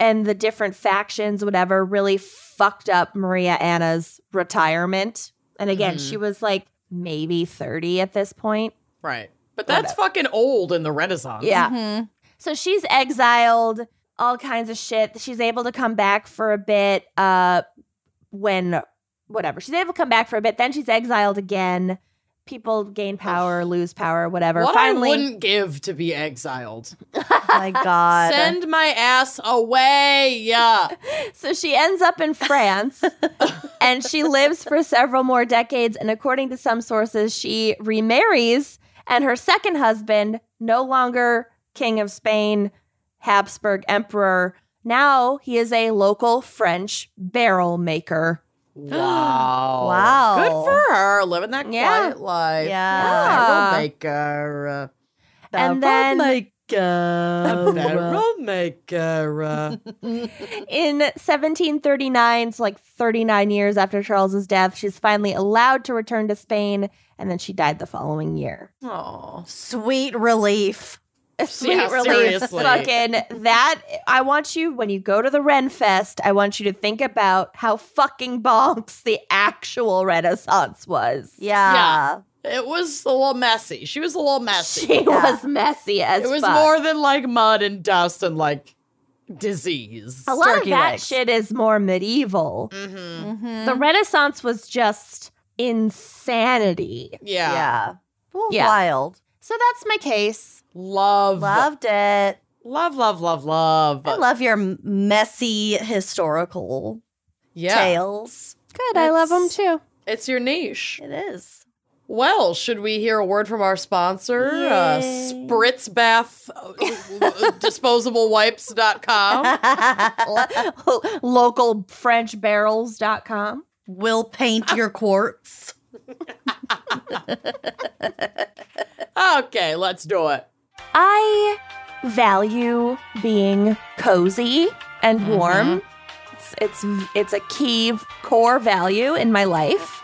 S2: and the different factions, whatever, really fucked up Maria Anna's retirement. And again,
S3: Mhm.
S2: she was like maybe 30 at this point.
S3: Right. But that's fucking old in the Renaissance.
S2: Yeah.
S4: Mhm.
S2: So she's exiled, all kinds of shit. She's able to come back for a bit uh when whatever. She's able to come back for a bit, then she's exiled again. People gain power, lose power, whatever.
S3: What
S2: Finally,
S3: I wouldn't give to be exiled.
S4: Oh
S2: Mm-hmm. [laughs]
S4: my God.
S3: Send my ass away.
S2: [gasps]
S3: Yeah.
S2: so she ends up in France and she lives for several more decades and according to some sources she remarries and her second husband, no longer king of Spain, Habsburg emperor, now he is a local French barrel maker.
S3: Wow.
S4: Wow.
S3: Good for her living that
S2: Yeah.
S3: quiet life.
S4: Yeah.
S3: Barrel maker.
S2: and then- Oh,
S4: [laughs]
S3: uh,
S4: Maker.
S3: Barrel maker. uh.
S2: [laughs] In 1739, so like 39 years after Charles's death, she's finally allowed to return to Spain, and then she died the following year.
S3: Aw.
S4: Sweet relief.
S2: [laughs] Sweet
S3: Yeah,
S2: relief.
S3: seriously.
S2: Fucking that. I want you, when you go to the Ren Fest, I want you to think about how fucking bonks the actual Renaissance was.
S4: Yeah.
S3: It was a little messy. She was a little messy.
S2: She was messy as
S3: it was
S2: fuck.
S3: more than like mud and dust and like disease.
S2: A lot of
S4: turkey
S2: that
S4: legs.
S2: shit is more medieval.
S3: Mm-hmm.
S4: Mhm.
S2: The Renaissance was just insanity.
S3: Yeah.
S4: yeah. Well,
S2: Yeah.
S4: Wild.
S2: So that's my case.
S3: Love.
S4: Loved it.
S3: Love, love, love, love.
S4: I love your m- messy historical
S3: yeah.
S4: tales.
S2: Good. I love them
S3: It's-
S2: too. [laughs]
S3: It's your niche.
S4: It is.
S3: Well, should we hear a word from our sponsor, uh, Spritz Bath uh, [laughs] Disposable Wipes.com?
S4: [laughs]
S2: localfrenchbarrels.com.
S4: We'll paint your quartz.
S3: Okay, let's do it.
S2: I value being cozy and warm. It's, it's it's a key core value in my life.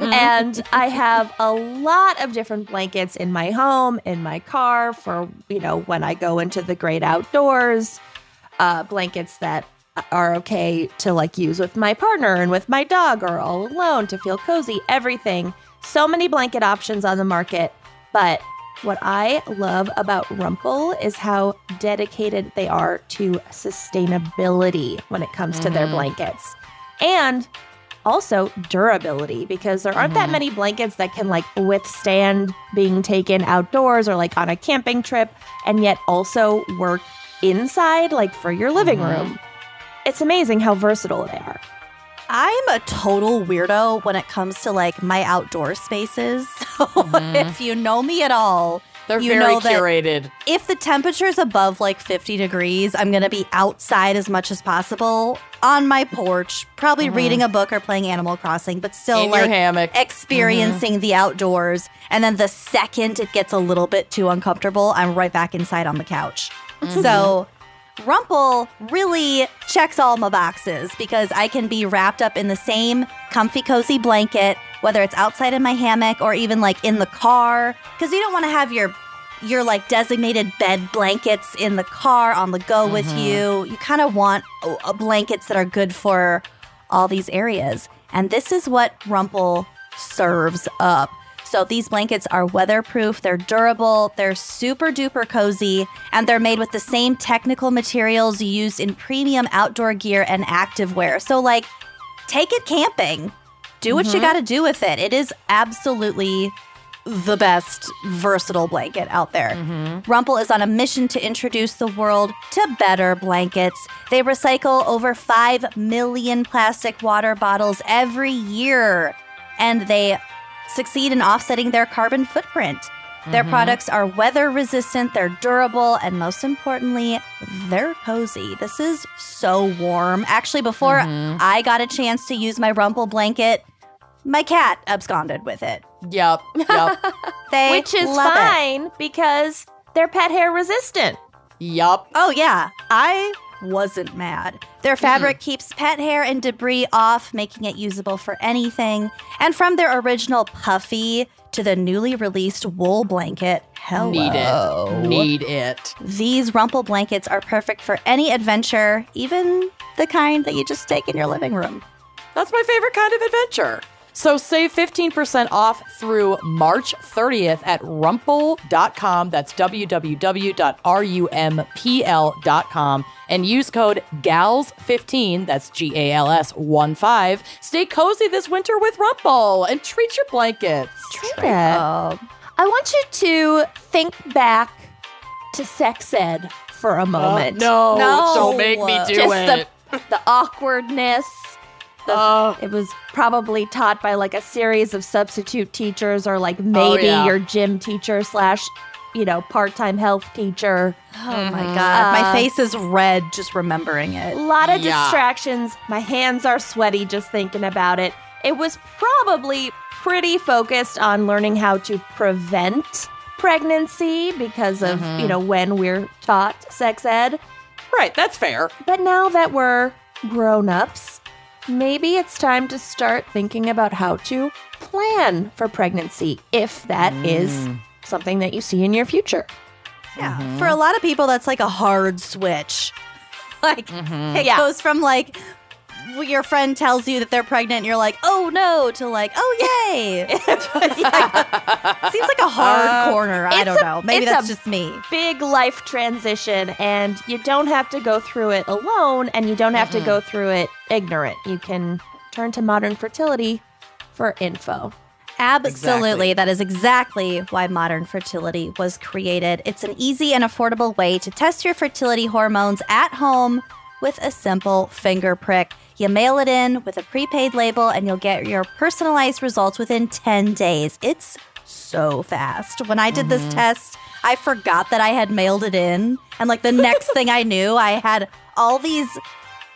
S2: and I have a lot of different blankets in my home, in my car for, you know, when I go into the great outdoors, uh, blankets that are okay to like use with my partner and with my dog or all alone to feel cozy, everything. So many blanket options on the market, but what I love about Rumple is how dedicated they are to sustainability when it comes to their blankets. And also durability because there aren't that many blankets that can like withstand being taken outdoors or like on a camping trip and yet also work inside like for your living room. It's amazing how versatile they are.
S4: I'm a total weirdo when it comes to like my outdoor spaces. [laughs] So if you know me at all,
S3: Mm-hmm. They're
S4: You
S3: very
S4: know that-
S3: curated.
S4: if the temperature is above like 50 degrees, I'm going to be outside as much as possible on my porch, probably reading a book or playing Animal Crossing, but still
S3: Mm-hmm. In your
S4: like
S3: hammock. Mm-hmm.
S4: experiencing the outdoors. And then the second it gets a little bit too uncomfortable, I'm right back inside on the couch.
S3: Mm-hmm.
S4: So Rumple really checks all my boxes because I can be wrapped up in the same comfy, cozy blanket, whether it's outside in my hammock or even like in the car, because you don't want to have your your like designated bed blankets in the car on the go with you. You kind of want uh, uh, blankets that are good for all these areas. And this is what Rumple serves up. So these blankets are weatherproof, they're durable, they're super duper cozy, and they're made with the same technical materials used in premium outdoor gear and activewear. So like take it camping. Do what you got to do with it. It is absolutely the best versatile blanket out there. Rumple is on a mission to introduce the world to better blankets. They recycle over 5 million plastic water bottles every year, and they succeed in offsetting their carbon footprint. Their products are weather resistant, they're durable, and most importantly, they're cozy. This is so warm. Actually, before I got a chance to use my Rumple blanket, my cat absconded with it.
S3: Yep, yep,
S4: [laughs] They
S2: Which is
S4: love it.
S2: fine because they're pet hair resistant.
S3: yep.
S4: Oh yeah, I wasn't mad. Their fabric keeps pet hair and debris off, making it usable for anything. And from their original puffy to the newly released wool blanket, hello.
S3: Need it. Need it.
S4: These rumple blankets are perfect for any adventure, even the kind that you just take in your living room.
S3: That's my favorite kind of adventure. So save 15% off through March 30th at rumple.com. That's www.rumpl.com. And use code GALS15, that's G A L S 1 5. Stay cozy this winter with Rumple and treat your blankets.
S2: Yeah. Um, I want you to think back to sex ed for a moment.
S3: Uh, no,
S4: No.
S3: don't make me do
S2: just
S3: it.
S2: the [laughs] the awkwardness. The,
S3: Oh.
S2: It was probably taught by like a series of substitute teachers or like maybe
S3: Oh, yeah.
S2: your gym teacher slash you know part time health teacher.
S4: Oh my god, my
S2: Uh,
S4: face is red just remembering
S2: A
S4: it.
S2: lot of
S3: Yeah.
S2: distractions. My hands are sweaty just thinking about it. It was probably pretty focused on learning how to prevent pregnancy because of you know when we're taught sex ed.
S3: Right, that's fair.
S2: But now that we're grown ups, maybe it's time to start thinking about how to plan for pregnancy if that is something that you see in your future.
S4: Yeah,
S2: Mm-hmm.
S4: for a lot of people, that's like a hard switch. [laughs] Like, it
S2: Mm-hmm. Yeah.
S4: goes from like w- your friend tells you that they're pregnant, and you're like, oh no, to like, oh yay. [laughs] It's like- seems like a hard corner. I
S2: Uh, it's
S4: don't
S2: a-
S4: know. Maybe
S2: it's
S4: that's
S2: a-
S4: just me.
S2: Big life transition, and you don't have to go through it alone, and you don't have to go through it ignorant. You can turn to modern fertility for info.
S4: Absolutely. That is exactly why modern fertility was created. It's an easy and affordable way to test your fertility hormones at home with a simple finger prick. You mail it in with a prepaid label, and you'll get your personalized results within 10 days. It's so fast. When I did this test, I forgot that I had mailed it in. And like the next thing I knew, I had all these [laughs]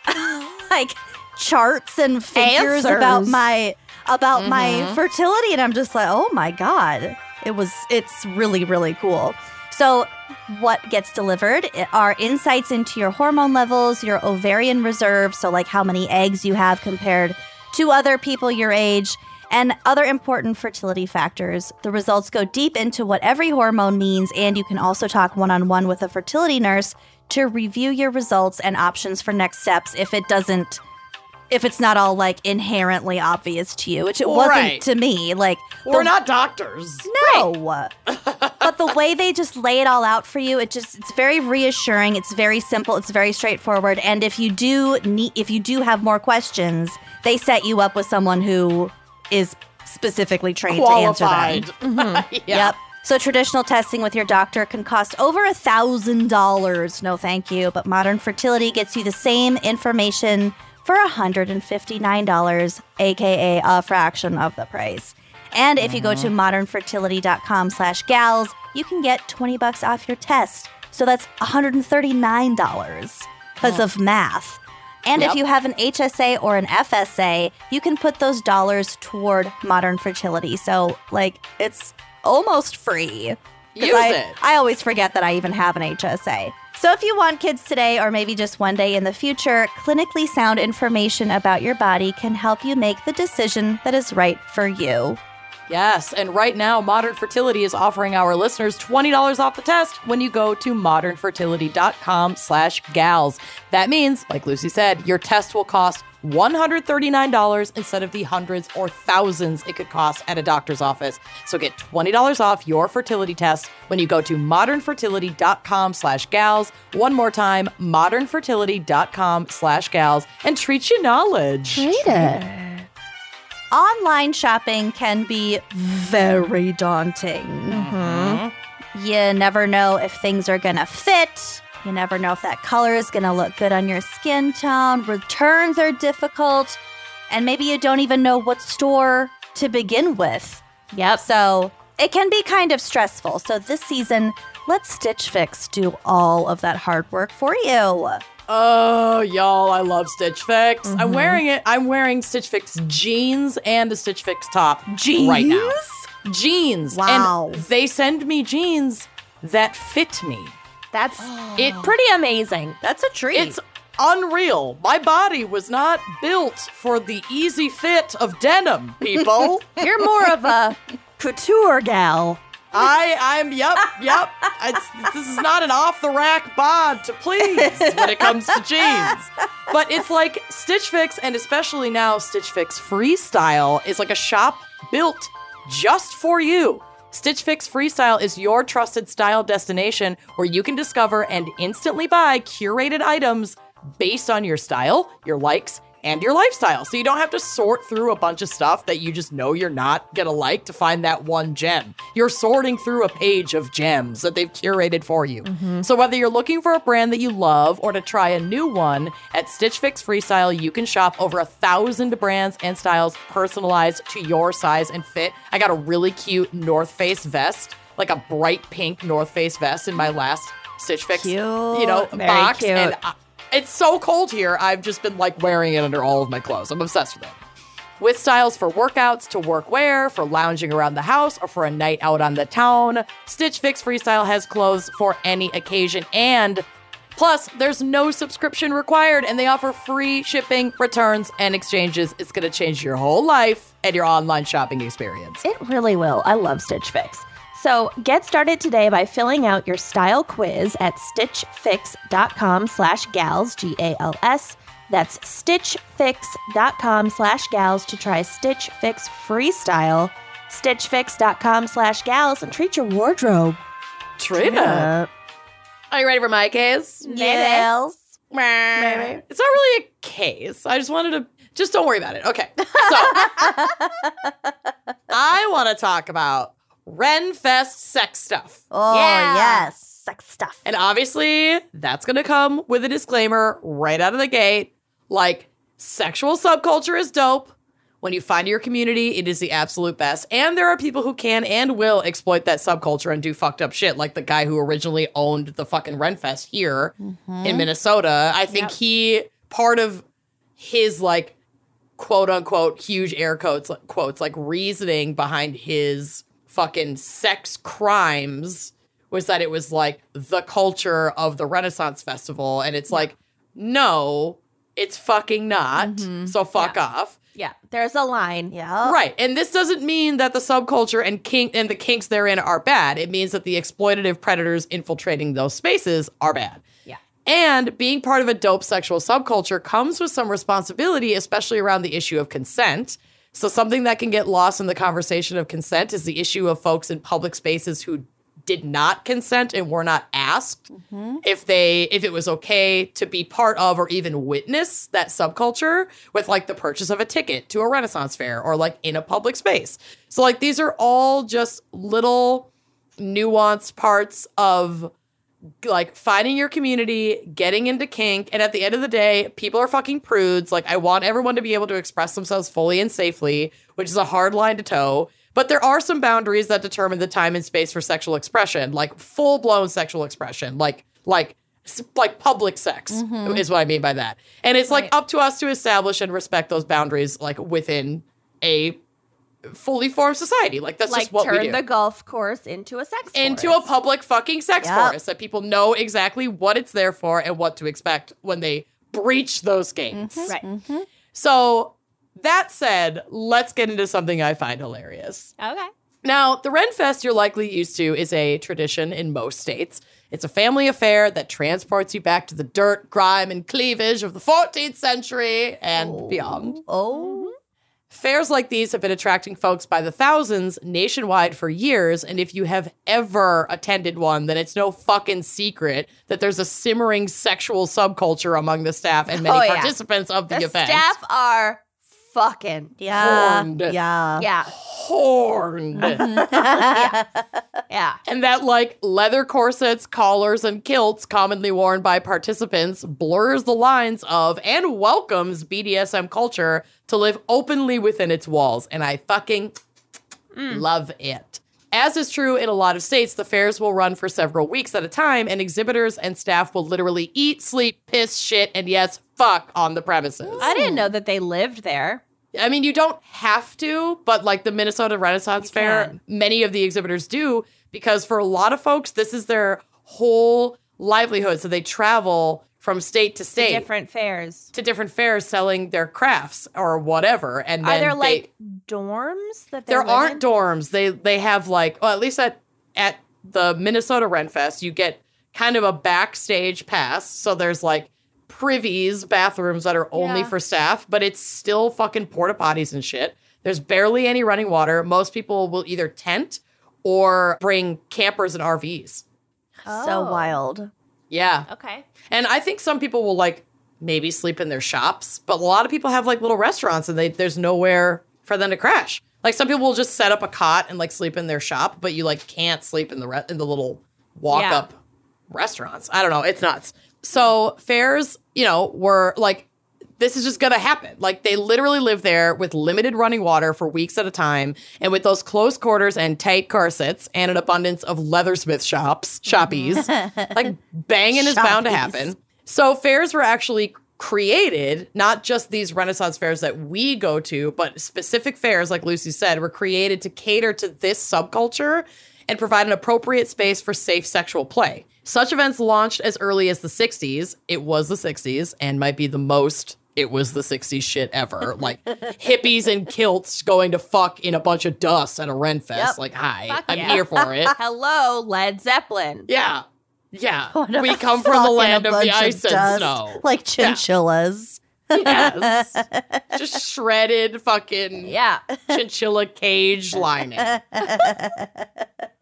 S4: like charts and figures about
S2: Answers.
S4: my about my fertility and I'm just like, "Oh my god." It was it's really really cool. So what gets delivered are insights into your hormone levels, your ovarian reserve, so like how many eggs you have compared to other people your age, and other important fertility factors. The results go deep into what every hormone means, and you can also talk one on one with a fertility nurse to review your results and options for next steps if it doesn't. If it's not all like inherently obvious to you, which it wasn't
S3: Right.
S4: to me, like
S3: We're
S4: the-
S3: not doctors.
S4: no. [laughs]
S3: [laughs]
S4: but the way they just lay it all out for you, it just it's very reassuring, it's very simple, it's very straightforward, and if you do need if you do have more questions, they set you up with someone who is specifically trained to answer
S3: Qualified.
S4: them.
S3: Yeah.
S4: Yep. So traditional testing with your doctor can cost over a thousand dollars. No, thank you. But modern fertility gets you the same information for $159, aka a fraction of the price. And if you go to modernfertility.com slash gals, you can get 20 bucks off your test. So that's $139 because of math. And if you have an HSA or an FSA, you can put those dollars toward modern fertility. So, like, it's almost free. 'Cause
S3: Use
S4: I,
S3: it.
S4: I always forget that I even have an HSA. So, if you want kids today or maybe just one day in the future, clinically sound information about your body can help you make the decision that is right for you.
S3: Yes, and right now, Modern Fertility is offering our listeners $20 off the test when you go to modernfertility.com slash gals. That means, like Lucy said, your test will cost $139 instead of the hundreds or thousands it could cost at a doctor's office. So get $20 off your fertility test when you go to modernfertility.com slash gals. One more time, modernfertility.com slash gals and treat your knowledge.
S4: online shopping can be very daunting. You never know if things are going to fit. You never know if that color is going to look good on your skin tone. Returns are difficult. And maybe you don't even know what store to begin with.
S2: Yep.
S4: So it can be kind of stressful. So this season, let Stitch Fix do all of that hard work for you.
S3: Oh, y'all, I love Stitch Fix. I'm wearing it. I'm wearing Stitch Fix jeans and a Stitch Fix top right now. Jeans.
S4: Wow.
S3: And they send me jeans that fit me.
S2: That's it. Pretty amazing.
S4: That's a treat.
S3: It's unreal. My body was not built for the easy fit of denim, people.
S2: You're more of
S4: [laughs]
S2: a couture gal.
S3: I, I'm, yep, yep. It's, this is not an off the rack bod to please when it comes to jeans. But it's like Stitch Fix, and especially now Stitch Fix Freestyle is like a shop built just for you. Stitch Fix Freestyle is your trusted style destination where you can discover and instantly buy curated items based on your style, your likes, and your lifestyle. So you don't have to sort through a bunch of stuff that you just know you're not gonna like to find that one gem. You're sorting through a page of gems that they've curated for you. So whether you're looking for a brand that you love or to try a new one, at Stitch Fix Freestyle, you can shop over a thousand brands and styles personalized to your size and fit. I got a really cute North Face vest, like a bright pink North Face vest in my last Stitch Fix, you know,
S4: Very
S3: box.
S4: cute.
S3: And I- it's so cold here. I've just been like wearing it under all of my clothes. I'm obsessed with it. With styles for workouts, to work wear, for lounging around the house, or for a night out on the town, Stitch Fix Freestyle has clothes for any occasion. And plus, there's no subscription required, and they offer free shipping, returns, and exchanges. It's going to change your whole life and your online shopping experience.
S2: It really will. I love Stitch Fix. So get started today by filling out your style quiz at stitchfix.com slash gals, G-A-L-S. That's stitchfix.com slash gals to try Stitch Fix Freestyle, stitchfix.com slash gals, and treat your wardrobe.
S3: Trina, are you ready for my case? It's not really a case. I just wanted to just don't worry about it. Okay. So I want to talk about Renfest sex stuff.
S4: Oh,
S2: Yeah.
S4: yes. Sex stuff.
S3: And obviously, that's going to come with a disclaimer right out of the gate. Like Sexual subculture is dope. When you find your community, it is the absolute best. And there are people who can and will exploit that subculture and do fucked up shit, like the guy who originally owned the fucking Renfest here in Minnesota. I think he, part of his like quote unquote huge air quotes quotes like reasoning behind his fucking sex crimes was that it was like the culture of the Renaissance Festival and it's like no it's fucking not so fuck off
S2: Yeah, there's a line.
S4: Yeah.
S3: right and this doesn't mean that the subculture and kink and the kinks therein are bad it means that the exploitative predators infiltrating those spaces are bad
S2: Yeah.
S3: and being part of a dope sexual subculture comes with some responsibility, especially around the issue of consent. So, something that can get lost in the conversation of consent is the issue of folks in public spaces who did not consent and were not asked if they if it was okay to be part of or even witness that subculture with like the purchase of a ticket to a renaissance fair or like in a public space. So like these are all just little nuanced parts of like finding your community, getting into kink, and at the end of the day, people are fucking prudes. Like I want everyone to be able to express themselves fully and safely, which is a hard line to toe. But there are some boundaries that determine the time and space for sexual expression, like full blown sexual expression, like like s- like public sex
S2: Mm-hmm.
S3: is what I mean by that. And it's like up to us to establish and respect those boundaries, like within a fully formed society. Like that's
S2: Like
S3: just what we
S2: turn
S3: do
S2: the golf course into a sex
S3: into
S2: forest.
S3: a public fucking sex
S4: Yep.
S3: forest that people know exactly what it's there for and what to expect when they breach those games.
S2: right.
S3: So, that said, let's get into something I find hilarious.
S2: Okay.
S3: Now, the Renfest you're likely used to is a tradition in most states. It's a family affair that transports you back to the dirt, grime, and cleavage of the 14th century and beyond.
S4: Oh,
S3: Fairs like these have been attracting folks by the thousands nationwide for years, and if you have ever attended one, then it's no fucking secret that there's a simmering sexual subculture among the staff and many
S2: Oh, yeah.
S3: participants of the,
S2: The
S3: event.
S2: staff are fucking
S4: yeah.
S3: Horned.
S4: Yeah.
S2: yeah
S3: Horned.
S2: yeah
S3: and that, like, leather corsets, collars, and kilts commonly worn by participants blurs the lines of and welcomes BDSM culture to live openly within its walls. And I fucking Love it. As is true in a lot of states, the fairs will run for several weeks at a time, and exhibitors and staff will literally eat, sleep, piss, shit, and yes, fuck on the premises.
S2: I didn't know that they lived there
S3: I mean, you don't have to, but like the Minnesota Renaissance Fair,
S2: can.
S3: many of the exhibitors do because for a lot of folks, this is their whole livelihood. So they travel from state to state
S2: different fairs
S3: to different fairs selling their crafts or whatever. And
S2: are
S3: then
S2: there
S3: they-
S2: like dorms that they
S3: there
S2: live in?
S3: aren't dorms. They they have like well, at least at at the Minnesota Renfest, you get kind of a backstage pass. So there's like privies, bathrooms that are only
S2: Yeah.
S3: for staff, but it's still fucking porta potties and shit. There's barely any running water. Most people will either tent or bring campers and RVs.
S4: So
S2: Oh.
S4: wild.
S3: Yeah.
S2: okay
S3: And I think some people will like maybe sleep in their shops, but a lot of people have like little restaurants and they there's nowhere for them to crash. Like some people will just set up a cot and like sleep in their shop, but you like can't sleep in the re- in the little walk
S2: Yeah.
S3: up restaurants. I don't know, it's nuts. So fairs, you know, were like this is just going to happen. Like they literally live there with limited running water for weeks at a time and with those close quarters and tight corsets and an abundance of leathersmith shops, shoppies. like banging is bound to
S4: Shoppies.
S3: happen. So fairs were actually created, not just these Renaissance fairs that we go to, but specific fairs, like Lucy said, were created to cater to this subculture and provide an appropriate space for safe sexual play. Such events launched as early as the 60s. It was the 60s and might be the most it was the 60s shit
S4: [laughs]
S3: ever. like hippies in kilts going to fuck in a bunch of dust at a Ren Fest.
S4: Yep.
S3: Like, hi,
S2: Fuck
S3: I'm
S2: yeah.
S3: here
S4: [laughs]
S3: for it.
S2: hello Led Zeppelin
S3: Yeah. Yeah.
S4: What a
S3: We come from the
S4: fucking
S3: land of the
S4: bunch
S3: ice and
S4: dust,
S3: snow.
S4: Like chinchillas.
S3: Yes. Just shredded fucking
S2: yeah
S3: [laughs] chinchilla cage lining.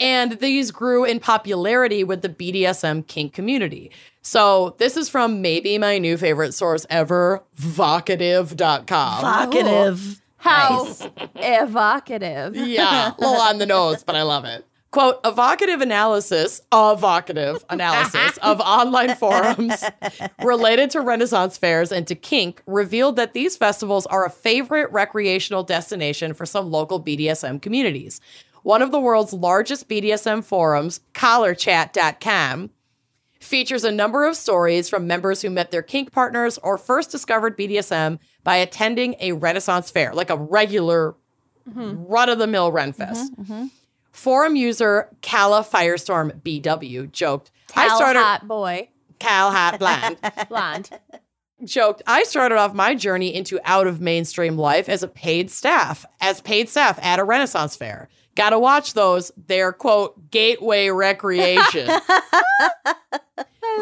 S3: and these grew in popularity with the BDSM kink community. So this is from maybe my new favorite source ever,
S4: Oh.
S3: vocative.com.
S4: Vocative.
S2: how evocative
S3: yeah, a little on the nose, but I love it. Quote, evocative analysis, evocative analysis of online forums related to Renaissance fairs and to kink revealed that these festivals are a favorite recreational destination for some local BDSM communities. One of the world's largest BDSM forums, collarchat.com, features a number of stories from members who met their kink partners or first discovered BDSM by attending a Renaissance fair, like a regular run of the mill Renfest. Forum user Calla Firestorm BW joked, I
S2: Tell
S3: started
S2: hot boy.
S3: Cal Hot Blonde
S2: Blonde.
S3: joked, I started off my journey into out of mainstream life as a paid staff, as paid staff at a Renaissance fair. Gotta watch those. They're quote gateway recreation.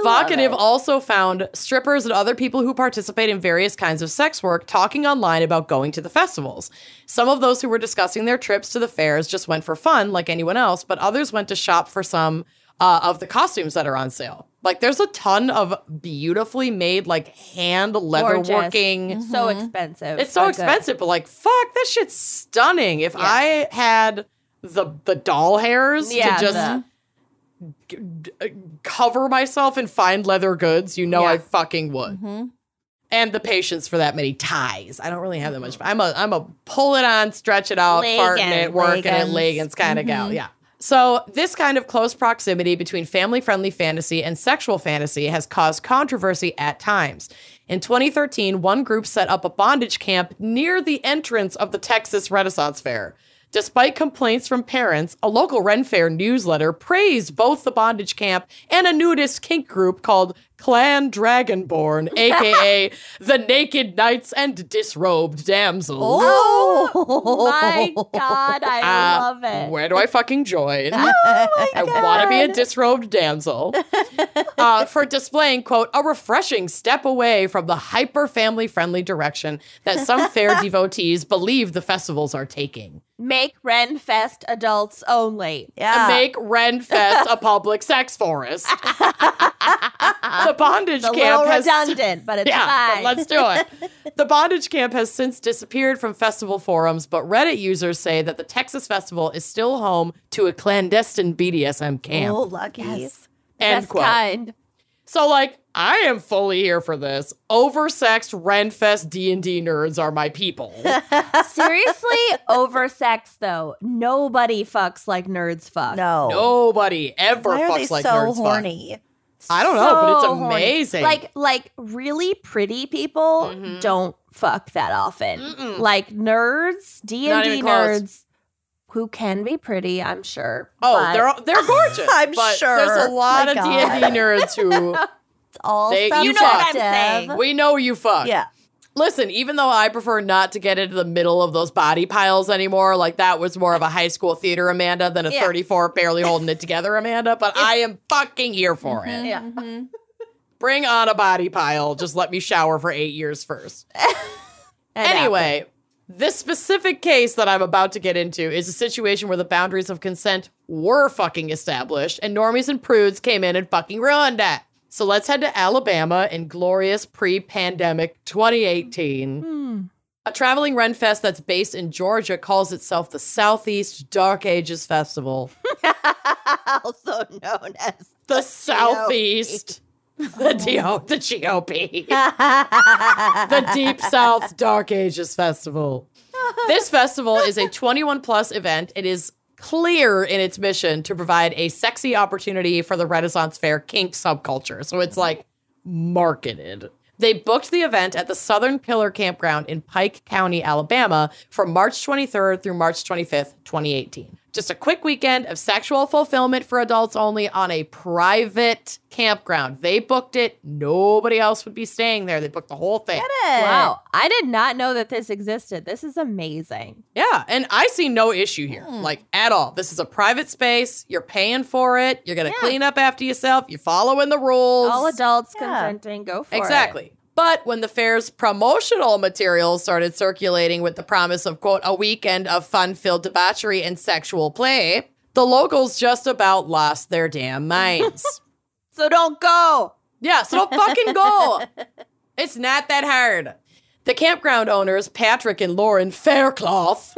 S3: Vocative also found strippers and other people who participate in various kinds of sex work talking online about going to the festivals. Some of those who were discussing their trips to the fairs just went for fun, like anyone else, but others went to shop for some uh, of the costumes that are on sale. Like there's a ton of beautifully made, like hand [laughs] leather
S2: Gorgeous. Mm-hmm.
S3: working. Mm-hmm.
S2: So expensive.
S3: It's so
S2: but good.
S3: expensive, but like, fuck, that shit's stunning. If I had the the doll hairs
S2: Yeah,
S3: to just
S2: the-
S3: g- g- cover myself and find leather goods, you know
S2: Yeah. Mm-hmm.
S3: I fucking would. And the patience for that many ties. I don't really have that much. I'm a I'm a pull it on, stretch it out, farting
S2: Leggings.
S3: it, working it,
S4: Leggings.
S3: leggings kind of gal. Yeah. So this kind of close proximity between family-friendly fantasy and sexual fantasy has caused controversy at times. In 2013, one group set up a bondage camp near the entrance of the Texas Renaissance Fair. Despite complaints from parents, a local Ren Fair newsletter praised both the bondage camp and a nudist kink group called Clan Dragonborn, aka the Naked Knights and Disrobed Damsels.
S4: Oh,
S2: [laughs] My God, I
S3: [laughs] Uh,
S2: love it. Oh
S3: Where do I
S2: [laughs]
S3: fucking join? I want to be a disrobed damsel uh, for displaying, quote, a refreshing step away from the hyper family friendly direction that
S2: [laughs]
S3: some fair devotees believe the festivals are taking.
S2: Make Renfest adults only.
S4: [laughs] yeah.
S3: Make Renfest a public sex
S2: [laughs]
S3: forest. the bondage
S2: It's a
S3: camp
S2: little
S3: has.
S2: redundant, but it's
S3: Yeah,
S2: fine.
S3: but let's do
S4: [laughs]
S3: it. the bondage camp has since disappeared from festival forums, but Reddit users say that the Texas festival is still home to a clandestine BDSM camp.
S4: oh, lucky.
S3: End
S2: Best
S3: quote.
S2: kind.
S3: So like, I am fully here for this. Oversexed Renfest D and D nerds are my people.
S4: [laughs]
S2: Seriously, oversex though. Nobody fucks like nerds fuck.
S4: No.
S3: Nobody ever
S4: Oh. Why are
S3: fucks
S4: they
S3: like
S4: so
S3: nerds. fuck.
S4: horny?
S3: I don't know, but it's
S2: So horny.
S3: amazing.
S2: Like like really pretty people
S3: Mhm.
S2: don't fuck that often.
S3: Mm-mm.
S2: Like nerds, D and
S3: Not
S2: D
S3: even close.
S2: nerds, who can be pretty, I'm sure.
S3: oh,
S2: but
S3: they're they're gorgeous.
S4: [laughs] I'm
S3: but
S4: sure.
S3: There's a lot
S4: My
S3: of D
S4: God.
S3: and D
S4: [laughs]
S3: nerds who
S4: It's all
S3: They- you know
S2: what I'm
S4: subjective.
S2: saying.
S3: we know you fuck.
S4: Yeah.
S3: Listen, even though I prefer not to get into the middle of those body piles anymore, like that was more of a high school theater Amanda than a
S2: Yeah.
S3: 34 barely holding it together Amanda, but I am fucking here for it.
S2: Yeah.
S3: Bring on a body pile. Just let me shower for eight years first.
S2: And, uh,
S3: anyway, this specific case that I'm about to get into is a situation where the boundaries of consent were fucking established, and normies and prudes came in and fucking ruined that. So let's head to Alabama in glorious pre pandemic 2018. A traveling Renfest that's based in Georgia calls itself the Southeast Dark Ages Festival.
S4: also known as.
S3: The Southeast. The, DO, the GOP. the Deep South Dark Ages Festival. This festival is a 21 plus event. It is clear in its mission to provide a sexy opportunity for the Renaissance Fair kink subculture. So it's like marketed. They booked the event at the Southern Pillar Campground in Pike County, Alabama from March 23rd through March 25th, 2018. Just a quick weekend of sexual fulfillment for adults only on a private campground. They booked it. Nobody else would be staying there. They booked the whole thing.
S2: Wow. I did not know that this existed. This is amazing.
S3: Yeah, and I see no issue here,
S2: Hmm.
S3: like at all. This is a private space. You're paying for it. You're gonna clean up after yourself. You're following the rules.
S2: All adults
S4: Yeah.
S2: consenting, go for it.
S3: exactly. But when the fair's promotional materials started circulating with the promise of quote a weekend of fun-filled debauchery and sexual play, the locals just about lost their
S2: [laughs]
S3: damn minds.
S2: So don't go.
S3: Yeah, so don't fucking go. It's not that hard. The campground owners, Patrick and Lauren Faircloth,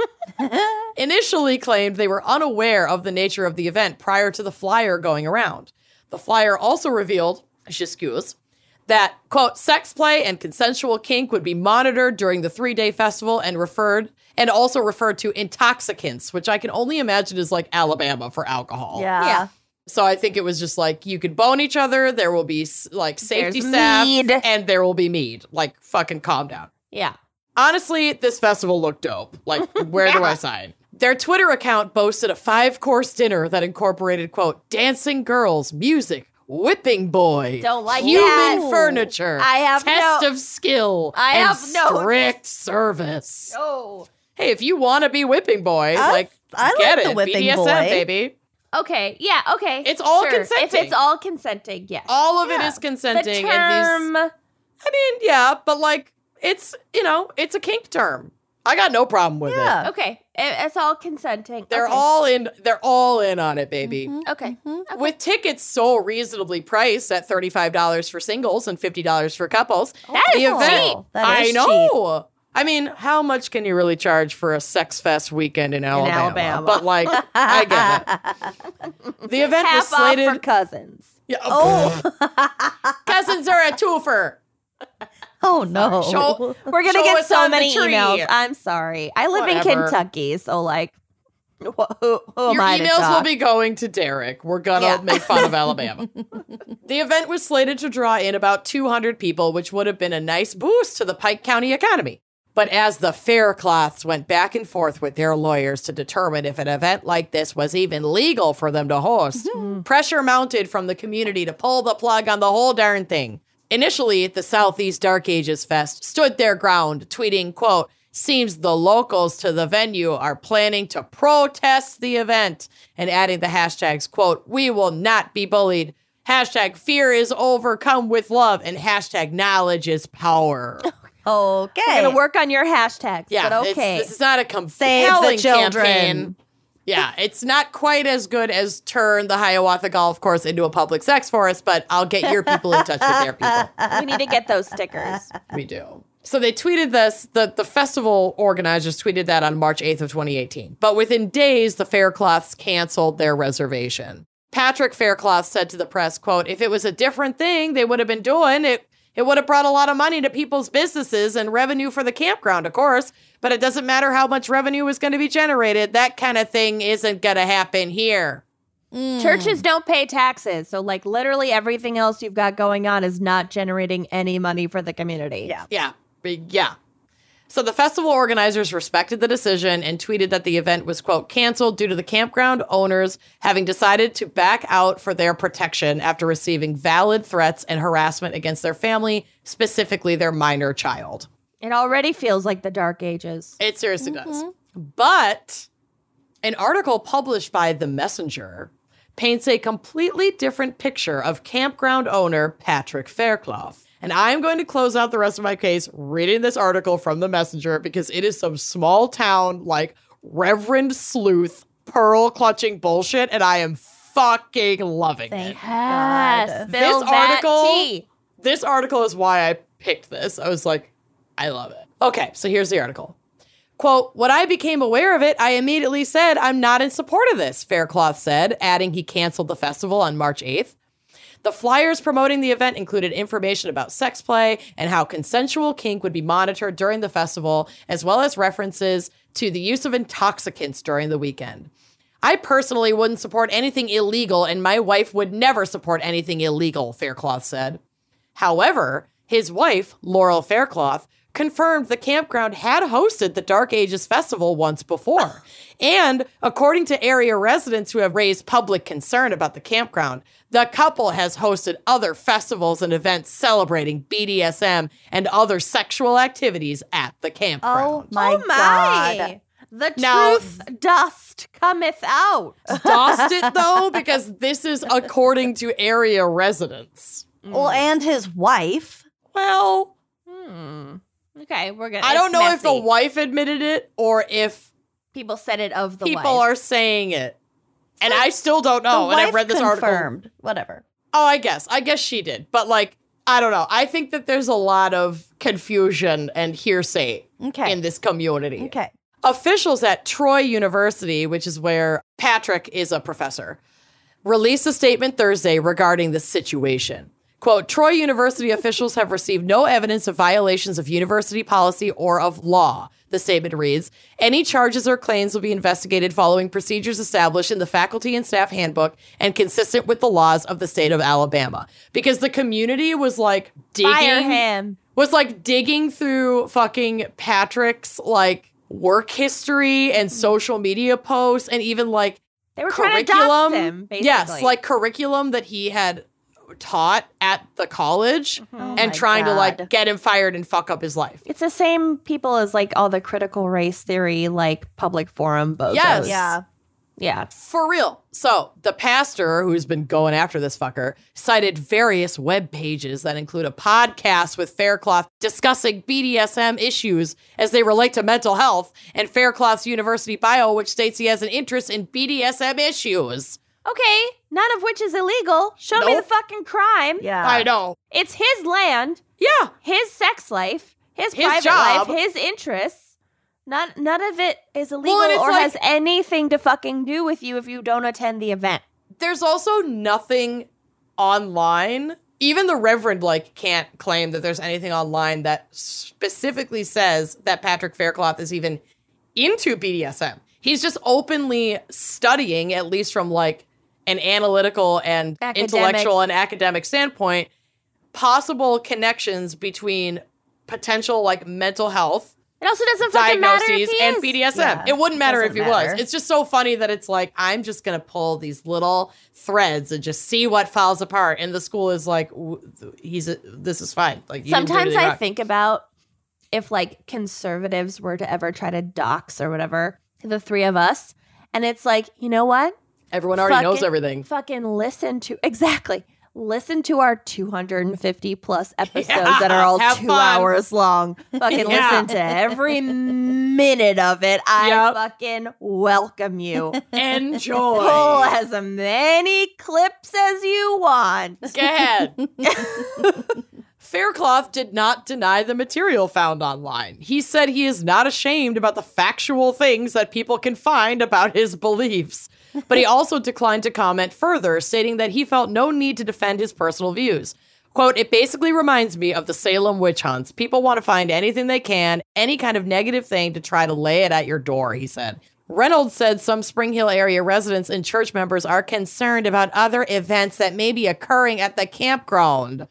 S3: initially claimed they were unaware of the nature of the event prior to the flyer going around. The flyer also revealed, Shiskus, that, quote, sex play and consensual kink would be monitored during the three day festival and referred, and also referred to intoxicants, which I can only imagine is like Alabama for alcohol.
S4: Yeah.
S2: Yeah.
S3: So I think it was just like you could bone each other. There will be s- like safety
S2: There's
S3: staff,
S2: mead.
S3: and there will be mead. Like fucking calm down.
S2: Yeah.
S3: Honestly, this festival looked dope.
S2: [laughs]
S3: Like where do I sign? Their Twitter account boasted a five course dinner that incorporated quote dancing girls, music, whipping boy,
S2: Don't like
S3: human
S2: that.
S3: furniture,
S2: I have
S3: test
S2: no-
S3: of skill,
S2: I
S3: and
S2: have no-
S3: strict service.
S2: Oh.
S3: Hey, if you want to be whipping boy,
S4: I-
S3: like
S4: I like
S3: get
S4: the
S3: it,
S4: whipping
S3: BDSM
S4: boy.
S3: baby.
S2: Okay. Yeah. Okay.
S3: It's all
S2: Sure. If
S3: consenting.
S2: it's all consenting, yes.
S3: All of
S4: Yeah.
S3: it is consenting,
S2: the
S3: and these
S2: term.
S3: I mean, yeah, but like it's you know, it's a kink term. I got no problem with it.
S4: Yeah.
S2: Okay. It- it's all consenting.
S3: They're
S2: okay. Mm-hmm.
S3: all in they're all in on it, baby.
S2: Okay.
S3: With tickets so reasonably priced at $35 for singles and $50 for couples.
S2: Oh, That
S3: the
S2: is
S3: event
S2: cheap.
S4: That is
S3: I know. I mean, how much can you really charge for a sex fest weekend in Alabama?
S2: Alabama.
S3: But like, I get
S2: [laughs]
S3: it. The event was
S2: Half off
S3: slated.
S2: for cousins.
S3: Yeah,
S4: Oh,
S3: [laughs] cousins are
S2: [laughs]
S3: a twofer.
S4: oh no.
S3: Show-
S2: We're gonna
S3: Show
S2: get
S3: us
S2: so
S3: on the
S2: many
S3: tree.
S2: emails. I'm sorry. I live in
S3: Whatever.
S2: Kentucky, so like, who, who, who am
S3: Your
S2: I to
S3: emails will
S2: talk?
S3: be going to Derek. We're gonna
S2: Yeah.
S3: make fun of Alabama. the event was slated to draw in about 200 people, which would have been a nice boost to the Pike County economy. But as the Faircloths went back and forth with their lawyers to determine if an event like this was even legal for them to host, pressure mounted from the community to pull the plug on the whole darn thing. Initially, the Southeast Dark Ages Fest stood their ground, tweeting, quote, Seems the locals to the venue are planning to protest the event and adding the hashtags, quote, we will not be bullied. Hashtag fear is overcome with love and hashtag knowledge is power.
S4: [laughs] Okay.
S2: I'm gonna work on your hashtags.
S3: Yeah,
S2: but
S3: it's-
S2: okay.
S3: [laughs] this is not a
S4: the
S3: compelling
S4: children.
S3: campaign. Yeah, it's not quite as good as turn the Hiawatha Golf Course into a public sex forest, but I'll get your people in touch with
S4: [laughs]
S3: their people.
S2: we need to get those [laughs] stickers.
S3: We do. So they tweeted this. The, the festival organizers tweeted that on March 8th of 2018. But within days, the Faircloths canceled their reservation. Patrick Faircloth said to the press, quote, if it was a different thing they would have been doing, it it would have brought a lot of money to people's businesses and revenue for the campground, of course. But it doesn't matter how much revenue is going to be generated. That kind of thing isn't going to happen here.
S2: Hmm. Churches don't pay taxes, so like literally everything else you've got going on is not generating any money for the community.
S4: Yeah.
S3: Yeah. Big- Yeah. So the festival organizers respected the decision and tweeted that the event was, quote, canceled due to the campground owners having decided to back out for their protection after receiving valid threats and harassment against their family, specifically their minor child.
S2: It already feels like the dark ages.
S3: It seriously does. But an article published by The Messenger paints a completely different picture of campground owner Patrick Faircloth. And I'm going to close out the rest of my case reading this article from The Messenger because it is some small town, like Reverend Sleuth, pearl clutching bullshit. And I am fucking loving
S4: Thank
S3: it.
S2: Yes,
S4: God.
S2: fill
S3: This
S2: that
S3: article-
S2: tea.
S3: This article is why I picked this. I was like, I love it. Okay, so here's the article. Quote, when I became aware of it, I immediately said, I'm not in support of this, Faircloth said, adding he canceled the festival on March 8th. The flyers promoting the event included information about sex play and how consensual kink would be monitored during the festival, as well as references to the use of intoxicants during the weekend. I personally wouldn't support anything illegal, and my wife would never support anything illegal, Faircloth said. However, his wife, Laurel Faircloth, confirmed the campground had hosted the Dark Ages Festival once before. and according to area residents who have raised public concern about the campground, the couple has hosted other festivals and events celebrating BDSM and other sexual activities at the
S4: Oh
S3: campground.
S4: my,
S2: oh my.
S4: God.
S2: The
S3: Now-
S2: truth dust cometh out.
S3: Dossed it though, because this is according to area residents.
S4: Well, and his wife.
S3: Well,
S2: [laughs] Okay, we're gonna.
S3: I don't
S2: it's
S3: know if the
S2: messy.
S3: wife admitted it or if
S2: people said it of the
S3: people
S2: wife.
S3: are saying it. And I still don't know.
S4: the
S3: Oh, And I
S4: wife
S3: read this article.
S4: confirmed. Whatever.
S3: Oh, I guess. I guess she did. But like, I don't know. I think that there's a lot of confusion and hearsay
S4: Okay.
S3: in this community.
S4: okay.
S3: Officials at Troy University, which is where Patrick is a professor, released a statement Thursday regarding the situation. Quote Troy University officials have received no evidence of violations of university policy or of law. The statement reads Any charges or claims will be investigated following procedures established in the faculty and staff handbook and consistent with the laws of the state of Alabama. Because the community was like digging
S2: Fire him.
S3: was like digging through fucking Patrick's like work history and social media posts and even like
S2: They Mm-hmm. were trying to dox
S3: curriculum.
S2: him, basically.
S3: yes, like curriculum that he had taught at the college
S2: Mm-hmm.
S3: and
S2: Oh
S4: my
S3: trying to
S4: God.
S3: like get him fired and fuck up his life.
S2: It's the same people as like all the critical race theory, like public forum bozos.
S3: Yes.
S4: Yeah.
S2: Yeah.
S3: For real. So the pastor who's been going after this fucker cited various web pages that include a podcast with Faircloth discussing BDSM issues as they relate to mental health and Faircloth's university bio, which states he has an interest in BDSM issues.
S2: Okay. None of which is illegal. Show me the
S3: Nope.
S2: fucking crime.
S4: Yeah.
S3: I know.
S2: It's his land,
S3: Yeah.
S2: his sex life, his,
S3: His
S2: private
S3: job.
S2: life, his interests. None none of it is illegal
S3: it's
S2: or
S3: like-
S2: has anything to fucking do with you if you don't attend the event.
S3: There's also nothing online. Even the Reverend like can't claim that there's anything online that specifically says that Patrick Faircloth is even into BDSM. He's just openly studying, at least from like an analytical and
S2: Academic.
S3: intellectual and academic standpoint, possible connections between potential like mental health
S2: It also doesn't fucking matter if
S3: diagnoses
S2: he
S3: and
S2: is.
S3: BDSM.
S4: Yeah,
S3: it wouldn't matter if
S4: doesn't
S3: he
S4: matter.
S3: was. It's just so funny that it's like I'm just gonna pull these little threads and just see what falls apart. And the school is like, w- th- he's a, this is fine. Like you didn't do
S2: Sometimes
S3: anything
S2: I
S3: wrong.
S2: think about if like conservatives were to ever try to dox or whatever to the three of us, and it's like, you know what?
S3: everyone already knows
S2: fucking-
S3: everything.
S2: [laughs] Fucking listen to [laughs] exactly. Listen to our 250
S3: [laughs]
S2: plus episodes that are all
S3: have
S2: two
S3: fun.
S2: hours long. Fucking
S3: [laughs] Yeah.
S2: listen to every minute of it. I
S3: Yep.
S2: fucking welcome you. Pull
S3: Enjoy.
S2: as many clips as you want.
S3: [laughs]
S2: [laughs]
S3: Go ahead. Faircloth did not deny the material found online. He said he is not ashamed about the factual things that people can find about his beliefs. But he also declined to comment further, stating that he felt no need to defend his personal views. Quote, it basically reminds me of the Salem witch hunts. People want to find anything they can, any kind of negative thing to try to lay it at your door, he said. Reynolds said some Spring Hill area residents and church members are concerned about other events that may be occurring at the campground.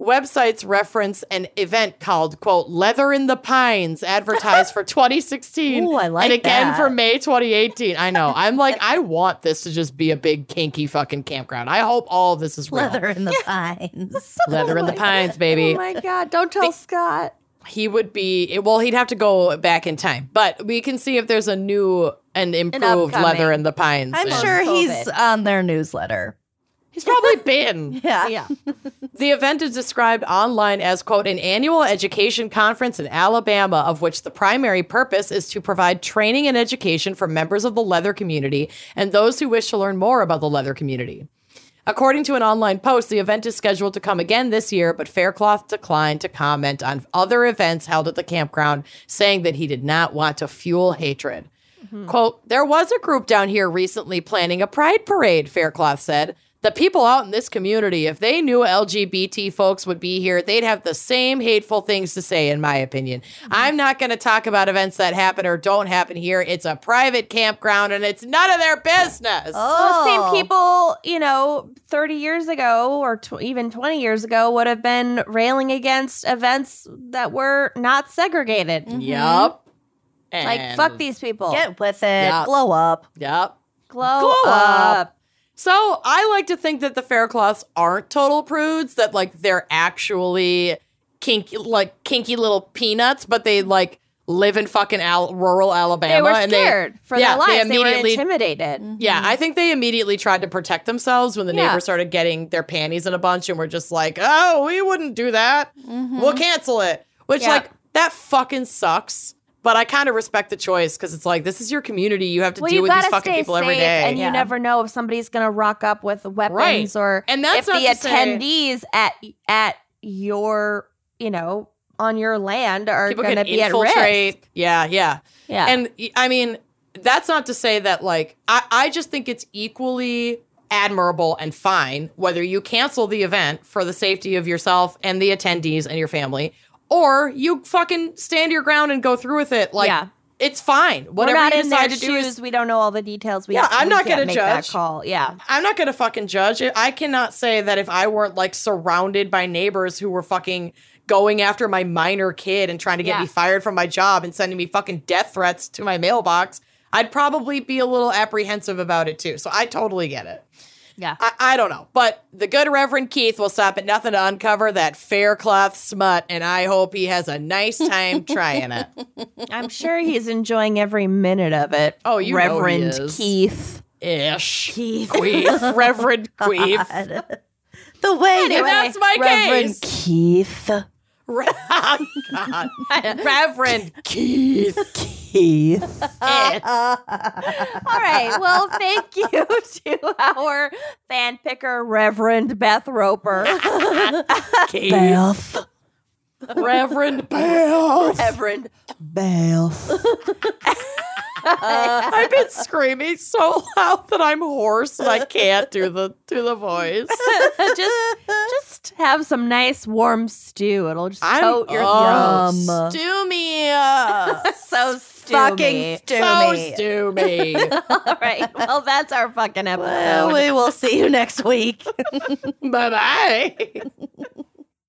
S3: Websites reference an event called, quote, Leather in the Pines,
S2: [laughs]
S3: advertised for 2016.
S2: Ooh, I like
S3: And again
S2: that.
S3: for May 2018. I know.
S2: [laughs]
S3: I'm like, I want this to just be a big kinky fucking campground. I hope all of this is real.
S4: Leather in the pines.
S3: [laughs] Leather in the Pines, baby.
S2: Oh my God. Don't tell Scott.
S3: he would be, well, he'd have to go back in time, but we can see if there's a new and improved
S2: upcoming.
S3: Leather in the Pines.
S4: [laughs] I'm
S3: And
S4: sure he's um,
S2: COVID.
S4: on their newsletter.
S3: He's probably been.
S2: [laughs]
S4: Yeah.
S2: Yeah.
S3: The event is described online as, quote, an annual education conference in Alabama, of which the primary purpose is to provide training and education for members of the leather community and those who wish to learn more about the leather community. According to an online post, the event is scheduled to come again this year, but Faircloth declined to comment on other events held at the campground, saying that he did not want to fuel hatred. Quote, there was a group down here recently planning a pride parade, Faircloth said. The people out in this community, if they knew LGBT folks would be here, they'd have the same hateful things to say, in my opinion. I'm not going to talk about events that happen or don't happen here. It's a private campground and it's none of their business.
S2: Those
S4: Oh.
S2: same people, you know, 30 years ago or tw- even 20 years ago would have been railing against events that were not segregated.
S3: Yup.
S2: Like,
S3: Mm-hmm. And-
S2: fuck these people.
S4: Get with it.
S3: Yeah.
S4: Glow up.
S3: Yup.
S2: glow,
S3: Glow
S2: up.
S3: up. So I like to think that the Faircloths aren't total prudes, that like they're actually kinky, like kinky little peanuts, but they like live in fucking Al- rural Alabama.
S2: They were
S3: and they-
S2: scared for
S3: yeah,
S2: their lives. They,
S3: They
S2: were
S3: immediately, Mm-hmm.
S2: intimidated.
S3: yeah, I think they immediately tried to protect themselves when the
S2: Yeah.
S3: neighbors started getting their panties in a bunch and were just like, oh, we wouldn't do that. We'll cancel it. Which,
S2: Mm-hmm. Yeah.
S3: like, that fucking sucks. But I kind of respect the choice because it's like, this is your community. You have to
S2: Well,
S3: deal
S2: you
S3: with these
S2: gotta
S3: fucking
S2: stay
S3: people
S2: safe,
S3: every day.
S2: and
S4: Yeah.
S2: you never know if somebody's gonna rock up with weapons or
S3: And that's
S2: if
S3: not
S2: the
S3: to say-
S2: attendees at at your, you know, on your land are
S3: People
S2: going to
S3: can
S2: be at
S3: infiltrate.
S2: risk.
S3: Yeah, yeah.
S2: Yeah.
S3: And I mean, that's not to say that like I, I just think it's equally admirable and fine whether you cancel the event for the safety of yourself and the attendees and your family, or you fucking stand your ground and go through with it. Like
S2: Yeah.
S3: it's fine. Whatever
S2: We're not
S3: you
S2: in their
S3: decide to
S2: shoes.
S3: do is
S2: we don't know all the details. We
S3: Yeah, I'm
S2: we
S3: not
S2: can't
S3: gonna
S2: make that
S3: judge.
S2: call. Yeah,
S3: I'm not gonna fucking judge it. I cannot say that if I weren't like surrounded by neighbors who were fucking going after my minor kid and trying to get
S2: Yeah.
S3: me fired from my job and sending me fucking death threats to my mailbox, I'd probably be a little apprehensive about it too. So I totally get it.
S2: yeah.
S3: I, I don't know. But the good Reverend Keith will stop at nothing to uncover that fair cloth smut, and I hope he has a
S2: [laughs]
S3: nice time trying it.
S2: [laughs] I'm sure he's enjoying every minute of it.
S3: Oh, you know he
S2: Reverend
S3: is.
S2: Keith.
S3: Ish.
S2: Keith.
S3: Queef.
S2: [laughs]
S3: Reverend [laughs] Queef.
S5: The way
S3: Anyway, that's my
S5: Reverend
S3: case.
S5: Keith.
S3: Re- oh, God. Reverend Keith.
S5: Keith.
S2: All right. [laughs] Well, thank you to our fan picker, Reverend Beth Roper. [laughs]
S3: Keith.
S5: Belf.
S3: Reverend Bell.
S2: Reverend.
S5: Belf.
S3: I've been screaming so loud that I'm hoarse and I can't do the do the voice.
S2: just, just have some nice warm stew. It'll just
S3: I'm
S2: coat your
S3: oh,
S5: throat. Yum.
S3: stew me. uh,
S2: throat. So stew
S5: Fucking stew
S3: so
S5: me.
S3: stew me.
S2: All right. Well, that's our fucking
S5: Well,
S3: Oh.
S2: episode.
S5: we will see you next week.
S3: bye bye.